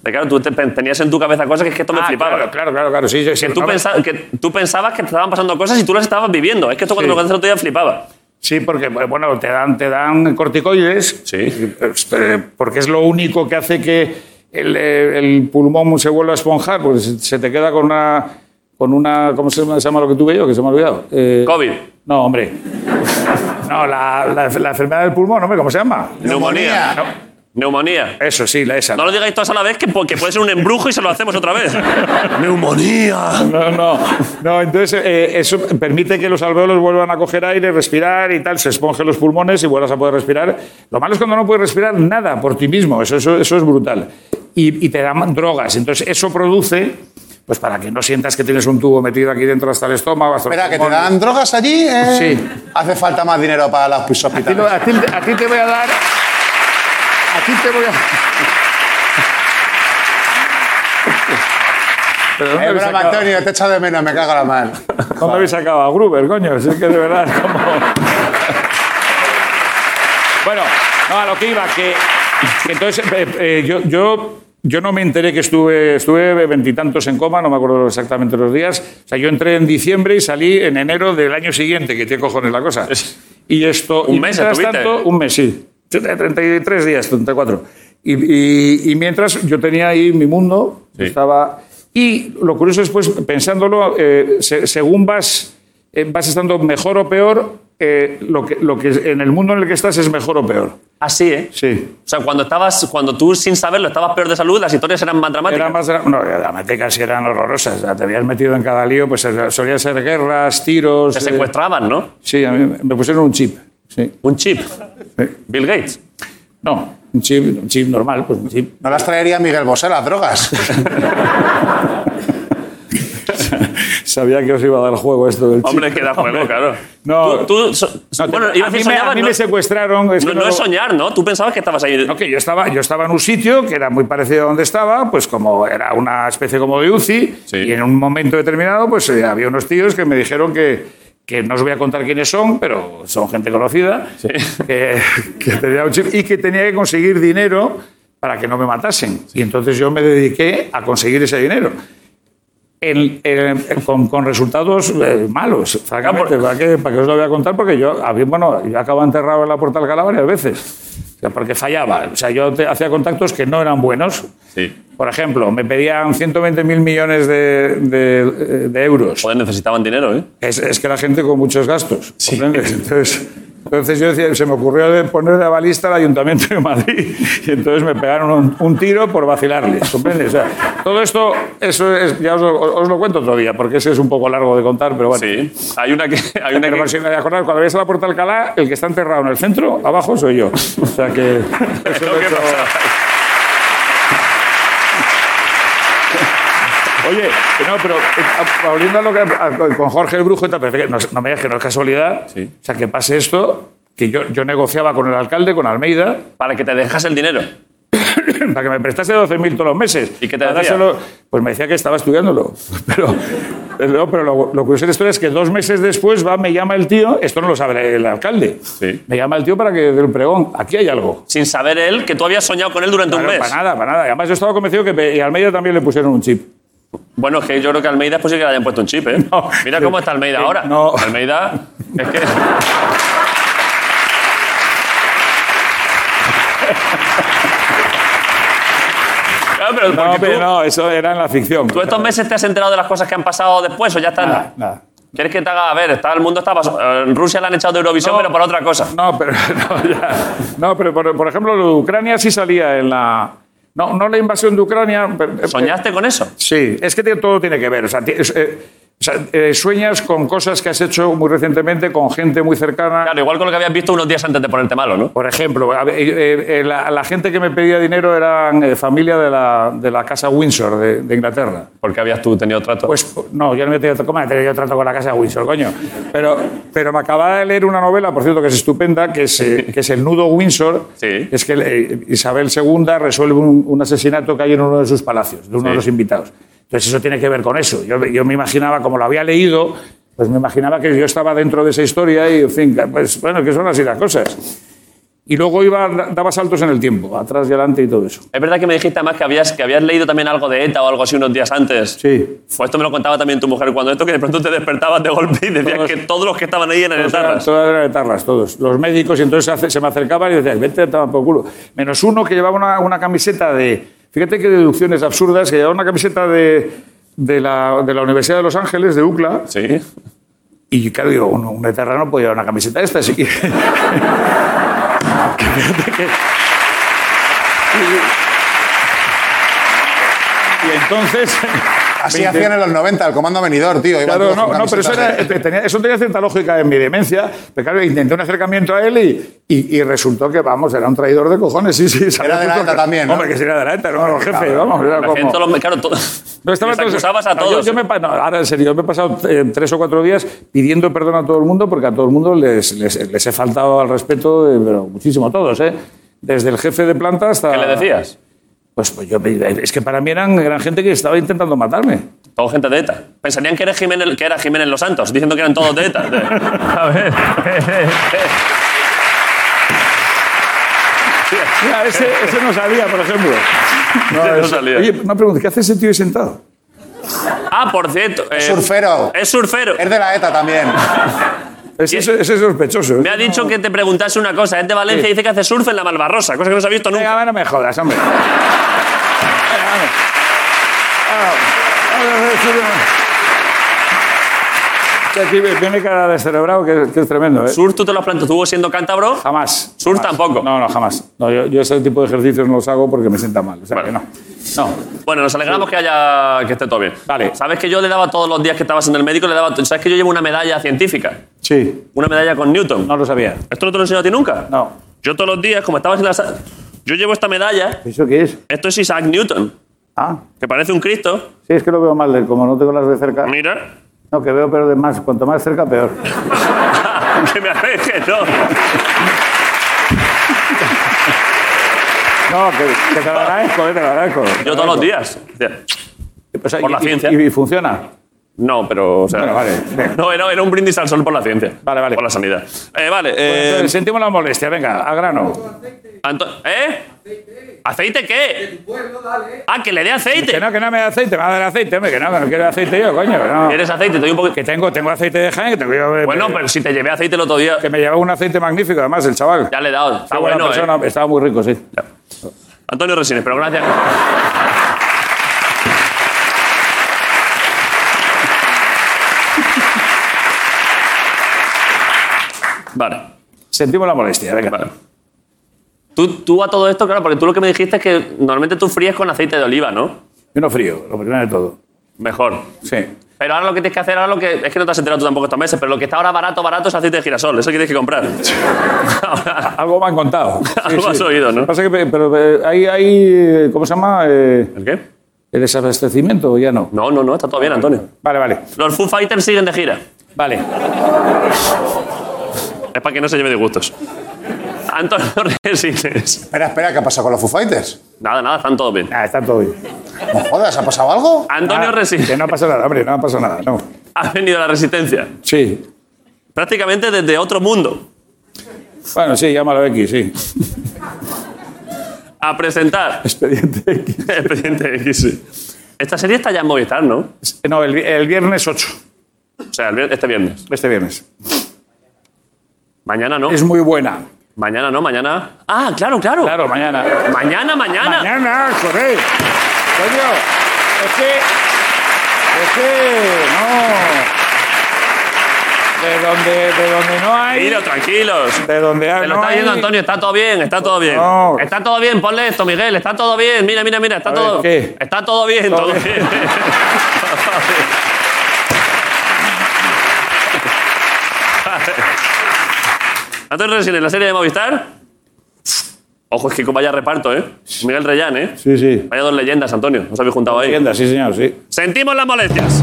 S1: De claro, tú te- tenías en tu cabeza cosas que es que esto me
S11: Ah,
S1: flipaba.
S11: Claro, claro, claro, claro. Sí, sí, sí,
S1: Que tú,
S11: no,
S1: pensa- que tú pensabas que te estaban pasando cosas y tú las estabas viviendo. Es que esto cuando lo
S11: Sí.
S1: contaste el otro día flipaba.
S11: sí, porque bueno, te dan, te dan corticoides.
S1: Sí.
S11: pues, eh, Porque es lo único que hace que el, eh, el pulmón se vuelva a esponjar, porque se- se te queda con una. Con una ¿Cómo se llama, se llama lo que tuve yo? Que se me ha olvidado. Eh,
S1: COVID.
S11: No, hombre. No, la, la- la enfermedad del pulmón, hombre, ¿cómo se llama?
S1: Neumonía.
S11: No,
S1: Neumonía.
S11: Eso sí, la esa.
S1: No lo digáis todos a la vez, que, porque puede ser un embrujo y se lo hacemos otra vez. Neumonía.
S11: No, no, no. Entonces, eh, eso permite que los alveolos vuelvan a coger aire, respirar y tal, se esponjen los pulmones y vuelvas a poder respirar. Lo malo es cuando no puedes respirar nada por ti mismo, eso, eso, eso es brutal. Y, y te dan drogas. Entonces, eso produce, pues para que no sientas que tienes un tubo metido aquí dentro hasta el estómago, hasta
S4: Espera,
S11: los
S4: que te
S11: pulmones.
S4: dan drogas allí. eh.
S11: Sí.
S4: Hace falta más dinero para los
S11: A ti, lo-
S4: hospitales.
S11: a ti- a ti te voy a dar. A ti te voy a. Pero ¿dónde
S4: Eh,
S11: habéis
S4: broma,
S11: sacado-
S4: Antonio, te echa de menos, me cago en la mano.
S11: ¿Dónde habéis sacado a Gruber, coño? Si es que de verdad es como... bueno, no, a lo que iba, que, que entonces eh, eh, yo, yo, yo no me enteré que estuve estuve veintitantos en coma, no me acuerdo exactamente los días. O sea, yo entré en diciembre y salí en enero del año siguiente, que tiene cojones la cosa. Y esto...
S1: Un
S11: y
S1: mes
S11: mientras
S1: estuviste.
S11: tanto, un mes, sí. 33 días, 34. Y, y, y mientras yo tenía ahí mi mundo, estaba... Y lo curioso es, pues, pensándolo, eh, se- según vas, eh, vas estando mejor o peor, eh, lo, que, lo que en el mundo en el que estás es mejor o peor.
S1: Así, ¿eh?
S11: Sí.
S1: O sea, cuando, estabas, cuando tú sin saberlo estabas peor de salud, las historias eran más dramáticas.
S11: Era más, dra- no, dramáticas sí eran horrorosas. O sea, Te habías metido en cada lío, pues eh, solían ser guerras, tiros.
S1: Te
S11: eh,
S1: secuestraban, ¿no?
S11: sí, a mí me pusieron un chip. Sí.
S1: Un chip. Bill Gates.
S11: No, un chip, un chip normal, pues un chip.
S4: No las traería Miguel Bosé, las drogas.
S11: Sabía que os iba a dar juego esto del chip.
S1: Hombre, queda juego, claro.
S11: No.
S1: Tú, tú so-
S11: No,
S1: bueno,
S11: te-
S1: iba
S11: a
S1: a
S11: mí,
S1: decir
S11: me, a
S1: soñabas,
S11: mí
S1: no,
S11: me secuestraron. es
S1: no,
S11: que
S1: no
S11: no-
S1: es soñar, ¿no? Tú pensabas que estabas ahí.
S11: No, que yo estaba, yo estaba en un sitio que era muy parecido a donde estaba, pues como era una especie como de UCI,
S1: Sí.
S11: y en un momento determinado, pues eh, había unos tíos que me dijeron que, que no os voy a contar quiénes son, pero son gente conocida, que, que tenía un chip y que tenía que conseguir dinero para que no me matasen. Y entonces yo me dediqué a conseguir ese dinero. En- en- eh, con, con resultados eh, malos, francamente. ¿Para qué, para qué os lo voy a contar? Porque yo, a mí, bueno, yo acabo enterrado en la puerta del Alcalá varias veces. O sea, porque fallaba. O sea, yo te- hacía contactos que no eran buenos. Por ejemplo, me pedían 120.000 millones de, de- eh, de euros.
S1: Joder, necesitaban dinero, ¿eh?
S11: Es, es que la gente con muchos gastos. ¿comprendes? Entonces, entonces yo decía, se me ocurrió de poner de balista al Ayuntamiento de Madrid y entonces me pegaron un, un tiro por vacilarles. ¿Comprendes? O sea, todo esto, eso es, ya os lo, os lo cuento otro día, porque ese es un poco largo de contar, pero bueno.
S1: Sí. Hay una que. Hay una
S11: Pero por
S1: que
S11: si me acordás, cuando veis a la puerta de Alcalá, el que está enterrado en el centro, abajo soy yo. O sea que. eso lo he hecho- Oye, que no, pero eh, a- volviendo a lo que. a- con Jorge el Brujo y tal, pero es que no, no me digas que no es casualidad. O sea, que pase esto, que yo, yo negociaba con el alcalde, con Almeida,
S1: para que te dejas el dinero.
S11: para que me prestase 12.000 todos los meses.
S1: ¿Y qué te
S11: Para
S1: decía?
S11: dárselo- Pues me decía que estaba estudiándolo. Pero, pero, pero lo, lo curioso de esto es que dos meses después va, me llama el tío, esto no lo sabe el alcalde,
S1: Sí.
S11: me llama el tío para que dé un pregón. Aquí hay algo.
S1: Sin saber él que tú habías soñado con él durante un
S11: Claro,
S1: mes.
S11: para nada, para nada. Y Además, yo estaba convencido que pe- y a Almeida también le pusieron un chip.
S1: Bueno, es que yo creo que a Almeida es posible que le hayan puesto un chip, ¿eh?
S11: No.
S1: Mira cómo está Almeida
S11: Eh,
S1: ahora.
S11: no.
S1: Almeida. Es que. Claro, pero
S11: No,
S1: porque
S11: pero
S1: tú,
S11: no, eso era en la ficción.
S1: tú estos meses te has enterado de las cosas que han pasado después o ya están.
S11: Nada, nada.
S1: ¿Quieres que te haga? A ver, está, el mundo está paso- eh, Rusia la han echado de Eurovisión,
S11: No.
S1: pero para otra cosa.
S11: No, pero, no, ya. No, pero por, por ejemplo, lo de Ucrania sí salía en la. No, no la invasión de Ucrania. pero- eh,
S1: ¿Soñaste con eso?
S11: Sí, es que tiene- todo tiene que ver. O sea, ti- es, eh, o sea, eh, sueñas con cosas que has hecho muy recientemente, con gente muy cercana.
S1: Claro, igual con lo que habías visto unos días antes de ponerte malo, ¿no?
S11: Por ejemplo, a ver, eh, eh, la, la gente que me pedía dinero eran eh, familia de la, de la casa Windsor de, de Inglaterra.
S1: Porque habías tú tenido trato.
S11: Pues no, yo no me he tenido, ¿cómo me he tenido trato con la casa Windsor, coño? Pero, pero me acababa de leer una novela, por cierto, que es estupenda, que es, eh, que es El Nudo Windsor.
S1: Sí.
S11: Es que eh, Isabel II resuelve un, un asesinato que hay en uno de sus palacios, de uno de los invitados. Entonces eso tiene que ver con eso. Yo, yo me imaginaba, como lo había leído, pues me imaginaba que yo estaba dentro de esa historia y, en fin, pues bueno, que son así las cosas. Y luego iba, daba saltos en el tiempo, atrás y adelante y todo eso.
S1: Es verdad que me dijiste además que habías, que habías leído también algo de ETA o algo así unos días antes.
S11: Sí.
S1: Fue esto me lo contaba también tu mujer cuando esto que de pronto te despertabas de golpe y decías
S11: Todos-
S1: que todos los que estaban ahí eran
S11: Todos eran-
S1: etarras.
S11: Todas eran etarras, todos. Los médicos, y entonces se hace- se me acercaban y decían, vete a tomar por culo. Menos uno que llevaba una, una camiseta de. Fíjate qué deducciones absurdas, que llevaba una camiseta de, de, la, de la Universidad de Los Ángeles, de UCLA.
S1: Sí.
S11: Y claro, digo, un, un etarra no puede llevar una camiseta esta, así que. que fíjate que- Y- y entonces.
S4: Así
S11: 20.
S4: hacían en los 90, el comando venidor, tío. iban
S11: Claro,
S4: todos con
S11: no, no, pero eso,
S4: camisetas
S11: era-
S4: de-
S11: tenía, eso tenía cierta lógica en mi demencia. Pero claro, intenté un acercamiento a él y, y- y resultó que, vamos, era un traidor de cojones. Sí, sí, sabía
S4: Era de la
S11: justo
S4: ETA
S11: que-
S4: también, ¿no?
S11: Hombre, que sí era de la ETA, no era los jefes, vamos. Era
S1: La
S11: como-
S1: gente lo- claro, to-
S11: No, estaba
S1: les
S11: todos-
S1: acusabas a
S11: No, yo-
S1: todos.
S11: yo me pa- no, ahora, en serio, yo me he pasado eh, tres o cuatro días pidiendo perdón a todo el mundo porque a todo el mundo les, les- les he faltado al respeto, de- pero muchísimo, a todos, ¿eh? Desde el jefe de planta hasta...
S1: ¿Qué le decías?
S11: Pues, pues yo, me- es que para mí eran, eran gente que estaba intentando matarme.
S1: Todo gente de ETA. Pensarían que, eres Jiménez, que era Jiménez Los Santos, diciendo que eran todos de ETA. a ver.
S11: Mira, ese, ese no salía, por ejemplo.
S1: Ese no
S11: ese-
S1: salía.
S11: Oye, una pregunta, ¿qué hace ese tío ahí sentado?
S1: ah, por cierto. eh,
S4: surfero.
S1: Es surfero.
S4: Es de la ETA también.
S11: Ese, ese- ese es sospechoso. ¿eh?
S1: Me ha dicho que te preguntase una cosa. Es de Valencia y dice que hace surf en la Malvarrosa, cosa que no se ha visto nunca.
S11: Venga, va, no me jodas, hombre. Venga, vamos. Vamos, vamos, vamos, vamos. Que Aquí viene cara descerebrado, que, que es tremendo, ¿eh?
S1: Surf, tú te lo has planteado. Tú siendo cántabro.
S11: Jamás.
S1: Surf
S11: jamás.
S1: tampoco.
S11: No, no, jamás. No, yo, yo ese tipo de ejercicios no los hago porque me sienta mal. O sea,
S1: Bueno.
S11: que no. No.
S1: Bueno, nos alegramos que haya que esté todo bien.
S11: Vale.
S1: Sabes que yo le daba todos los días que estabas en el médico, le daba. Sabes que yo llevo una medalla científica,
S11: Sí,
S1: una medalla con Newton.
S11: no lo sabía.
S1: Esto no te lo he enseñado a ti nunca.
S11: No.
S1: Yo todos los días, como estabas en la sala, yo llevo esta medalla.
S11: ¿Eso qué es?
S1: Esto es Isaac Newton,
S11: Ah,
S1: que parece un Cristo.
S11: sí, es que lo veo mal, de- como no tengo las de cerca.
S1: Mira,
S11: No, que veo, pero de más, cuanto más cerca, peor.
S1: que me aleje, no.
S11: No, que, que te lo agradezco, eh, te lo agradezco.
S1: Yo todos los días. Hostia.
S11: O sea,
S1: por
S11: y-
S1: la
S11: y-
S1: ciencia.
S11: Y, y funciona.
S1: No, pero. O sea,
S11: Bueno, vale,
S1: No, era, era un brindis al sol por la ciencia. Vale, vale. Por la sanidad. Eh, vale. eh,
S11: Entonces, sentimos la molestia, venga, a grano.
S1: Anto- ¿Eh? ¿Aceite qué? Ah, que le dé aceite.
S11: Que no, que no me da aceite, me va a dar aceite, hombre, que no, que no quiero aceite yo, coño. que No.
S1: ¿Quieres aceite? Te doy un poquito.
S11: Que tengo, tengo aceite de Jaén, que tengo yo, eh,
S1: Bueno, pero si te llevé aceite el otro día,
S11: que me llevaba un aceite magnífico, además, el chaval.
S1: ya le he dado. Está
S11: Qué buena
S1: bueno,
S11: persona,
S1: ¿eh?
S11: Estaba muy rico, sí.
S1: Antonio Resines, pero gracias. Vale.
S11: Sentimos la molestia, venga.
S1: Vale. Tú, tú a todo esto, claro, porque tú lo que me dijiste es que normalmente tú fríes con aceite de oliva, ¿no?
S11: Y no frío, lo primero de todo.
S1: Mejor.
S11: Sí.
S1: Pero ahora lo que tienes que hacer, ahora lo que. Es que no te has enterado tú tampoco estos meses, pero lo que está ahora barato, barato es aceite de girasol. Eso que tienes que comprar. Ahora-
S11: Algo me han contado.
S1: Algo has oído, ¿no?
S11: Pasa que, pe- pero eh, hay, hay, eh, ¿cómo se llama? Eh,
S1: ¿El qué?
S11: ¿El desabastecimiento o ya no?
S1: No, no, no, está todo bien, Antonio.
S11: Vale, vale.
S1: Los Foo Fighters siguen de gira.
S11: Vale.
S1: Es para que no se lleve disgustos. Antonio Resines.
S4: Espera, espera, ¿qué ha pasado con los Foo Fighters?
S1: Nada, nada, están todos bien.
S11: Ah, está todo bien.
S4: No jodas, ¿ha pasado algo?
S1: Antonio
S11: Ah, Que
S1: Resines
S11: no pasa nada, hombre, no pasa nada, no.
S1: ha venido a la Resistencia.
S11: Sí.
S1: Prácticamente desde otro mundo.
S11: Bueno, sí, llámalo X, sí.
S1: A presentar.
S11: Expediente X.
S1: Expediente X. sí. Esta serie está ya en Movistar, ¿no?
S11: No, el, vi- el viernes 8,
S1: O sea, el vier- este viernes.
S11: este viernes.
S1: Mañana no.
S11: Es muy buena.
S1: Mañana no, mañana. Ah, claro, claro.
S11: Claro, mañana.
S1: Mañana, mañana.
S11: Mañana, joder. Coño, es que. Es que. No. De donde, de donde no hay.
S1: Tranquilo, tranquilos.
S11: De donde hay.
S1: Te lo
S11: no
S1: está diciendo
S11: hay-
S1: Antonio, está todo bien, está todo bien.
S11: No.
S1: Está todo bien, ponle esto, Miguel, está todo bien. Mira, mira, mira, está
S11: A ver,
S1: todo.
S11: ¿qué?
S1: Está todo bien, todo,
S11: Todo
S1: bien.
S11: bien.
S1: Antonio Resines, la serie de Movistar. Ojo, es que vaya reparto, ¿eh? Miguel Reyán, ¿eh?
S11: Sí, sí.
S1: Vaya dos leyendas, Antonio. Os habéis juntado ahí.
S11: Tienda, sí, señor, sí.
S1: Sentimos las molestias.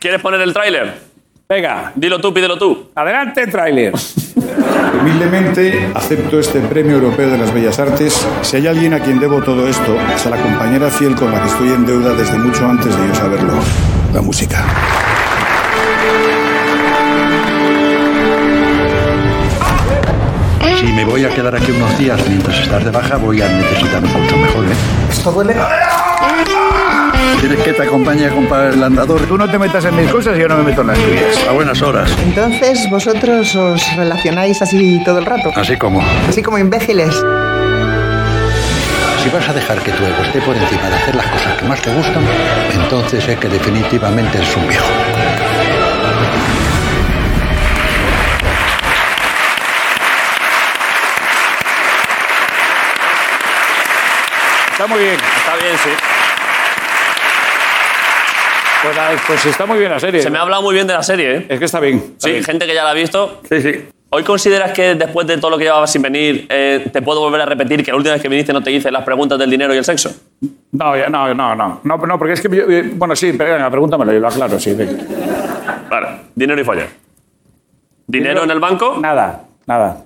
S1: ¿Quieres poner el tráiler?
S11: Venga,
S1: Dilo tú, pídelo tú.
S11: adelante, tráiler.
S12: Humildemente acepto este Premio Europeo de las Bellas Artes. Si hay alguien a quien debo todo esto, es a la compañera fiel con la que estoy en deuda desde mucho antes de yo saberlo, la música.
S13: Si me voy a quedar aquí unos días mientras estás de baja, voy a necesitar un colchón mejor, ¿eh?
S12: ¿Esto duele?
S13: ¿Quieres que te acompañe a comprar el andador? Tú no te metas en mis cosas y yo no me meto en las tuyas. A buenas horas.
S14: Entonces, vosotros os relacionáis así todo el rato,
S13: Así como,
S14: así como imbéciles.
S13: si vas a dejar que tu ego esté por encima de hacer las cosas que más te gustan, entonces es que definitivamente es un viejo.
S11: Está muy bien.
S1: Está bien, sí.
S11: Pues, la- pues está muy bien la serie.
S1: Se me ha hablado muy bien de la serie, ¿eh?
S11: Es que está bien.
S1: Sí, gente que ya la ha visto.
S11: Sí, sí.
S1: ¿Hoy consideras que después de todo lo que llevabas sin venir, eh, te puedo volver a repetir que la última vez que viniste no te hice las preguntas del dinero y el sexo?
S11: No, ya- no, no, no. No, no, porque es que. yo- eh, bueno, sí, pero venga, pregúntamelo, yo lo aclaro, sí. venga.
S1: Vale, dinero y follar. ¿Dinero en el banco?
S11: Nada, nada.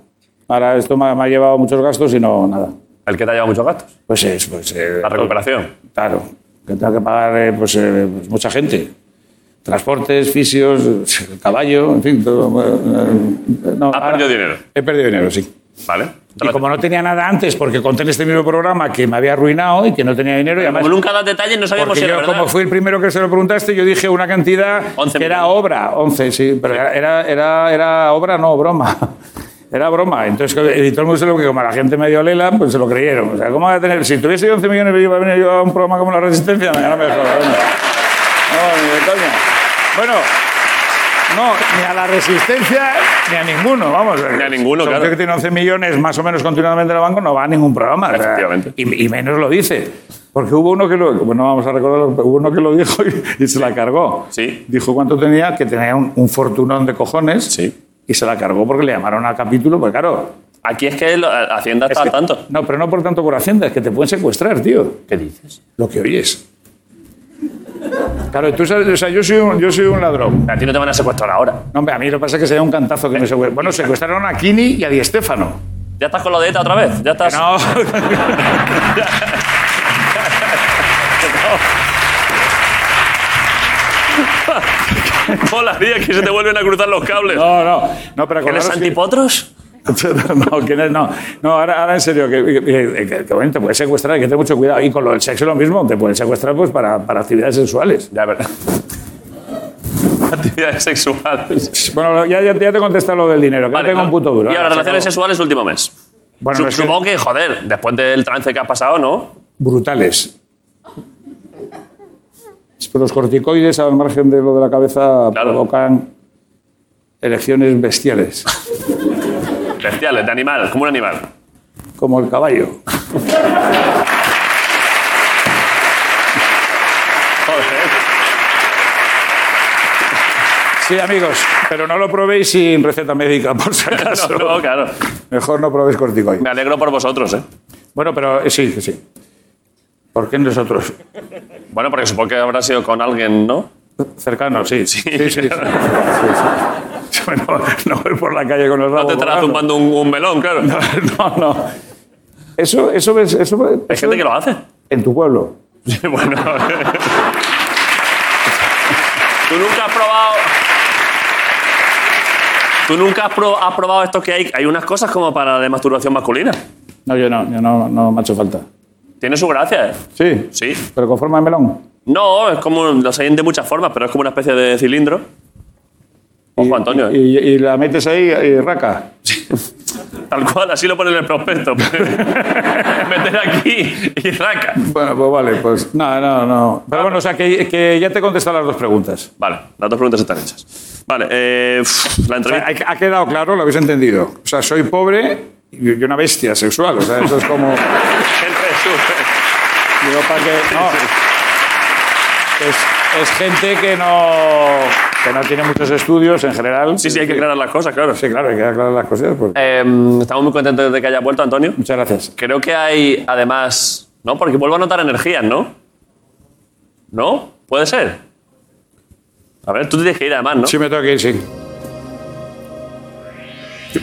S11: Ahora, esto me ha, me ha llevado muchos gastos y no, nada.
S1: El que te ha llevado muchos gastos.
S11: Pues es, pues. eh,
S1: La recuperación.
S11: Claro, que tengo que pagar eh, pues, eh, pues mucha gente. Transportes, fisios, el caballo, en fin, todo. eh, eh, no,
S1: Has
S11: ahora-
S1: perdido dinero.
S11: He perdido dinero, sí.
S1: Vale.
S11: Y como no tenía nada antes, porque conté en este mismo programa que me había arruinado y que no tenía dinero, y
S1: Pero
S11: además.
S1: como nunca das detalles, no sabemos
S11: Porque
S1: si era
S11: yo,
S1: verdad.
S11: como fui el primero que se lo preguntaste, yo dije una cantidad
S1: 11
S11: que era
S1: millones.
S11: obra, 11, sí, pero era, era, era, era obra, no, broma. Era broma. Entonces, que- y todo el mundo se lo que como a la gente medio lela, pues se lo creyeron. O sea, ¿cómo va a tener? Si tuviese 11 millones de iba a venir yo a un programa como La Resistencia, no, no me jodas. coño. No, ni de coña. Bueno, no, ni a La Resistencia, ni a ninguno, vamos.
S1: Ni a ninguno,
S11: Son
S1: claro.
S11: gente que tiene 11 millones más o menos continuadamente en el banco, no va a ningún programa. o sea,
S1: Efectivamente.
S11: y, y menos lo dice. Porque hubo uno que lo. Bueno, vamos a recordarlo. pero Hubo uno que lo dijo y, y se la cargó.
S1: Sí.
S11: Dijo cuánto tenía, que tenía un, un fortunón de cojones.
S1: Sí.
S11: Y se la cargó porque le llamaron al capítulo, pues claro.
S1: Aquí es que lo- Hacienda
S11: es
S1: está al
S11: que-
S1: Ah, tanto.
S11: No, pero no por tanto por Hacienda, es que te pueden secuestrar, tío.
S1: ¿Qué dices?
S11: Lo que oyes. Claro, tú sabes, o sea, yo soy un, yo soy un ladrón.
S1: A ti no te van a secuestrar ahora.
S11: No, hombre, a mí lo que pasa es que sería un cantazo
S1: Eh,
S11: que me secuestraron. Bueno, secuestraron a Kini y a Di Stéfano.
S1: ¿Ya estás con lo de ETA otra vez? ¿Ya estás? No. Molaría que se te vuelven a cruzar los cables.
S11: No, no. no pero
S1: ¿Tienes
S11: acordaros que-
S1: antipotros?
S11: No, que no, no, no ahora, ahora en serio, que, que, que- que- que, bueno, te puedes secuestrar, hay que tener mucho cuidado. Y con lo del sexo lo mismo, te pueden secuestrar pues, para, para actividades sexuales. Ya, verdad.
S1: Actividades sexuales.
S11: Bueno, ya, ya, ya te he contestado lo del dinero, que ya tengo un punto duro.
S1: Y ahora,
S11: Ahora, se
S1: relaciones
S11: acabó.
S1: sexuales último mes.
S11: Bueno,
S1: Su-
S11: no es que-
S1: supongo que, joder, después del trance que has pasado, ¿no?
S11: Brutales. Es que Los corticoides, al margen de lo de la cabeza, provocan elecciones bestiales,
S1: Bestiales, de animal, como un animal.
S11: como el caballo. Sí, amigos, pero no lo probéis sin receta médica, por si acaso.
S1: No, no, claro.
S11: Mejor no probéis corticoides.
S1: Me alegro por vosotros, ¿eh?
S11: Bueno, pero eh, sí, sí, sí. ¿Por qué nosotros?
S1: Bueno, porque supongo que habrá sido con alguien, ¿no?
S11: Cercano, sí.
S1: Sí,
S11: Bueno, no voy por la calle con los
S1: No
S11: rabos
S1: te estarás
S11: colgando.
S1: zumbando un, un melón, claro.
S11: No, no. Eso, eso ves. Eso,
S1: Hay gente que lo hace.
S11: En tu pueblo.
S1: bueno. Tú nunca has probado. Tú nunca has, pro- has probado esto que hay. Hay unas cosas como para de masturbación masculina.
S11: No, yo no, yo no, no me ha hecho falta.
S1: Tiene su gracia, ¿eh?
S11: Sí.
S1: Sí.
S11: Pero con forma de melón.
S1: No, es como. Los hay de muchas formas, pero es como una especie de cilindro. Ojo, Antonio. ¿eh?
S11: Y, y la metes ahí y raca.
S1: Tal cual, así lo pone en el prospecto. Meter aquí y raca.
S11: Bueno, pues vale, pues. No, no, no. Pero bueno, o sea, que, que ya te he contestado las dos preguntas.
S1: Vale, las dos preguntas están hechas. Vale, eh, pf, la
S11: O sea,
S1: entrevista.
S11: ha ha quedado claro, lo habéis entendido. O sea, soy pobre y y una bestia sexual. O sea, eso es como.
S1: El resumen.
S11: Digo, para que. No. Es, es gente que no, que no tiene muchos estudios en general.
S1: Sí, sí, hay que aclarar las cosas, claro.
S11: Sí, claro, hay que aclarar las cosas. pues.
S1: Eh, estamos muy contentos de que hayas vuelto, Antonio.
S11: Muchas gracias.
S1: Creo que hay, además, ¿no? Porque vuelvo a notar energías, ¿no? ¿No? ¿Puede ser? A ver, tú te tienes que ir además, ¿no?
S11: Sí, me tengo que ir, sí.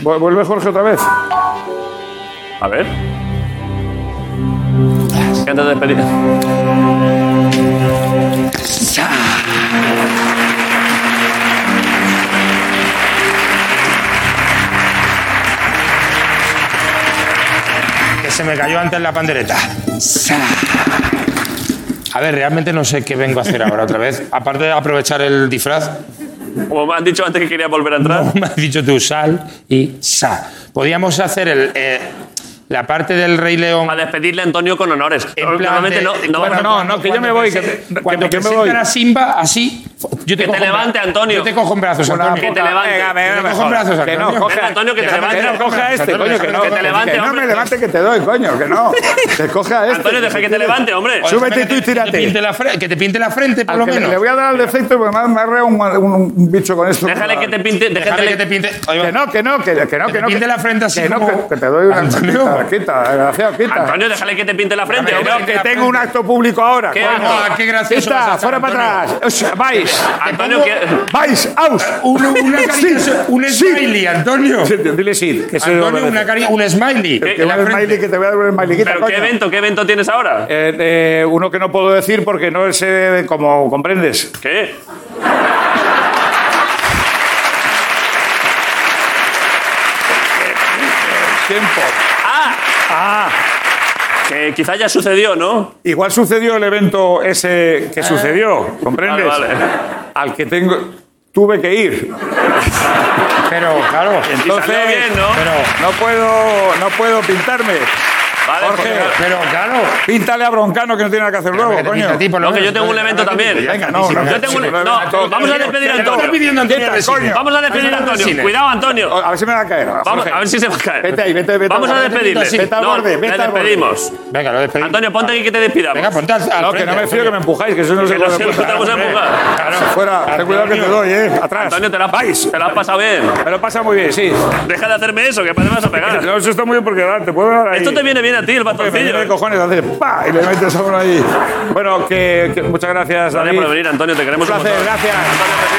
S11: Vu- ¿Vuelve Jorge otra vez?
S1: A ver. Es que antes de despedir...
S9: Que se me cayó antes la pandereta. A ver, realmente no sé qué vengo a hacer ahora otra vez. Aparte de aprovechar el disfraz,
S1: Como me han dicho antes que quería volver a entrar.
S9: me has dicho tú sal y sa. Podríamos hacer el, eh, la parte del Rey León.
S1: A despedirle a Antonio con honores.
S9: en plan
S1: Normalmente
S9: de-
S1: no, no
S9: cuando-
S1: vamos a-
S11: no, que yo
S9: cuando
S11: me voy,
S9: presen-
S11: que- que-
S9: cuando
S11: que me
S9: presentan
S11: voy.
S9: a Simba así, yo te
S1: Que
S9: cojo
S1: te
S9: en bra-
S1: levante, Antonio.
S9: Yo te cojo en brazos,
S11: Una
S9: Antonio.
S1: Que te
S11: puta-
S1: levante.
S11: Venga, venga, me
S9: Yo cojo en
S11: jodas.
S9: brazos,
S11: Que no,
S9: Antonio.
S11: coge-
S1: Venga, Antonio, que te
S11: déjame-
S1: levante.
S11: que no coja a este,
S1: Antonio,
S11: coño, que no.
S1: que te levante,
S11: no
S1: hombre.
S11: me levante, que te doy, coño, que no. Que coja a este.
S1: Antonio, deja que te levante, hombre.
S9: Oye,
S11: Súbete
S9: espérate,
S11: tú y
S9: Que te
S11: tírate.
S9: pinte la, fre- que te pinte la frente, por
S11: Al
S9: lo
S11: que
S9: menos.
S11: Le voy a dar el defecto porque me ha- me ha arreado un, un- un bicho con esto.
S1: Déjale que te pinte...
S9: Déjame
S1: Déjale
S9: que te pinte. Ahí va.
S11: Que no, que no, que, que no,
S9: Que
S11: que,
S9: te
S11: no.
S9: pinte la frente así
S11: Que no,
S9: como-
S11: que, que te doy una.
S9: Antonio.
S11: Quita, quita, desgraciado, quita.
S1: Antonio, déjale que te pinte la frente,
S9: Déjame-
S1: hombre.
S11: No, que tengo un acto público ahora.
S1: ¿Qué
S11: coño.
S1: acto?
S9: Ah, Qué gracioso vas a
S11: Quita,
S9: hacer,
S11: fuera para
S9: Antonio.
S11: atrás. O sea, vais.
S1: Antonio, que...
S11: Vais, aus.
S9: Un, una carita, un smiley, Antonio.
S11: Sí, Eh, dile sí. Que se lo
S9: Antonio, una
S11: merece.
S9: cari- un smiley.
S11: Que-
S1: Eh,
S9: en
S11: que
S9: la
S11: un
S9: frente.
S11: smiley, que te voy a dar un smiley. Quita,
S1: ¿Pero qué
S11: coño.
S1: evento, qué evento tienes ahora?
S11: Eh, eh, uno que no puedo decir porque no es eh, como comprendes.
S1: ¿Qué?
S11: Tiempo.
S1: ¡Ah!
S11: Ah,
S1: Que quizás ya sucedió, ¿no?
S11: igual sucedió el evento ese que sucedió, ¿comprendes?
S1: Eh. Vale, vale.
S11: Al que tengo tuve que ir.
S9: Pero, claro.
S11: Entonces,
S1: salió bien, ¿no?
S9: Pero,
S11: no puedo, no puedo pintarme.
S1: Vale, pues,
S11: Jorge,
S1: porque-
S9: pero claro.
S11: Píntale a Broncano que no tiene nada que hacer luego,
S9: que te pinte
S11: coño.
S9: a ti, por lo
S1: No, que
S9: menos.
S1: yo tengo un evento también.
S11: Venga, no, no,
S1: Yo tengo un...
S11: no,
S1: No,
S11: no,
S1: vamos a despedir a
S9: Te lo está
S1: Antonio.
S9: pidiendo Antonio
S11: Quieta,
S9: Resines.
S11: coño.
S1: Vamos a despedir a Antonio.
S9: Resines.
S1: Cuidado, Antonio.
S11: A ver si me va a caer.
S1: Vamos,
S11: Jorge.
S1: a ver si se va a caer.
S11: Vete ahí, vete, vete
S1: Vamos
S11: al
S1: a
S11: borde.
S1: despedirle.
S11: Vete al
S1: No,
S11: borde, vete
S1: le
S11: al borde.
S1: despedimos.
S9: Venga, lo despedimos.
S1: Antonio, ponte aquí que te despidamos.
S9: Venga, pues, ponte al, al
S11: No, que
S9: frente,
S11: no me fío que me
S9: Antonio.
S11: empujáis, que eso no se
S1: Que no
S11: puede
S1: se nos
S11: empujar.
S1: vamos a empujar.
S9: Claro.
S11: Fuera, ten cuidado que te doy, eh. Atrás.
S1: Antonio, te la,
S11: vais.
S1: te la has pasado bien.
S11: Me lo pasa muy bien, sí.
S1: Deja de hacerme eso, que me vas a pegar.
S11: No, eso está muy bien porque ah, te puedo dar ahí.
S1: Esto te viene bien viene a ti el
S11: Me
S1: bastoncillo.
S11: viene de cojones, hace pa y le metes a uno ahí. Bueno, que, que muchas gracias.
S1: Gracias
S11: David.
S1: por venir, Antonio. Te queremos
S11: Un placer,
S1: gracias.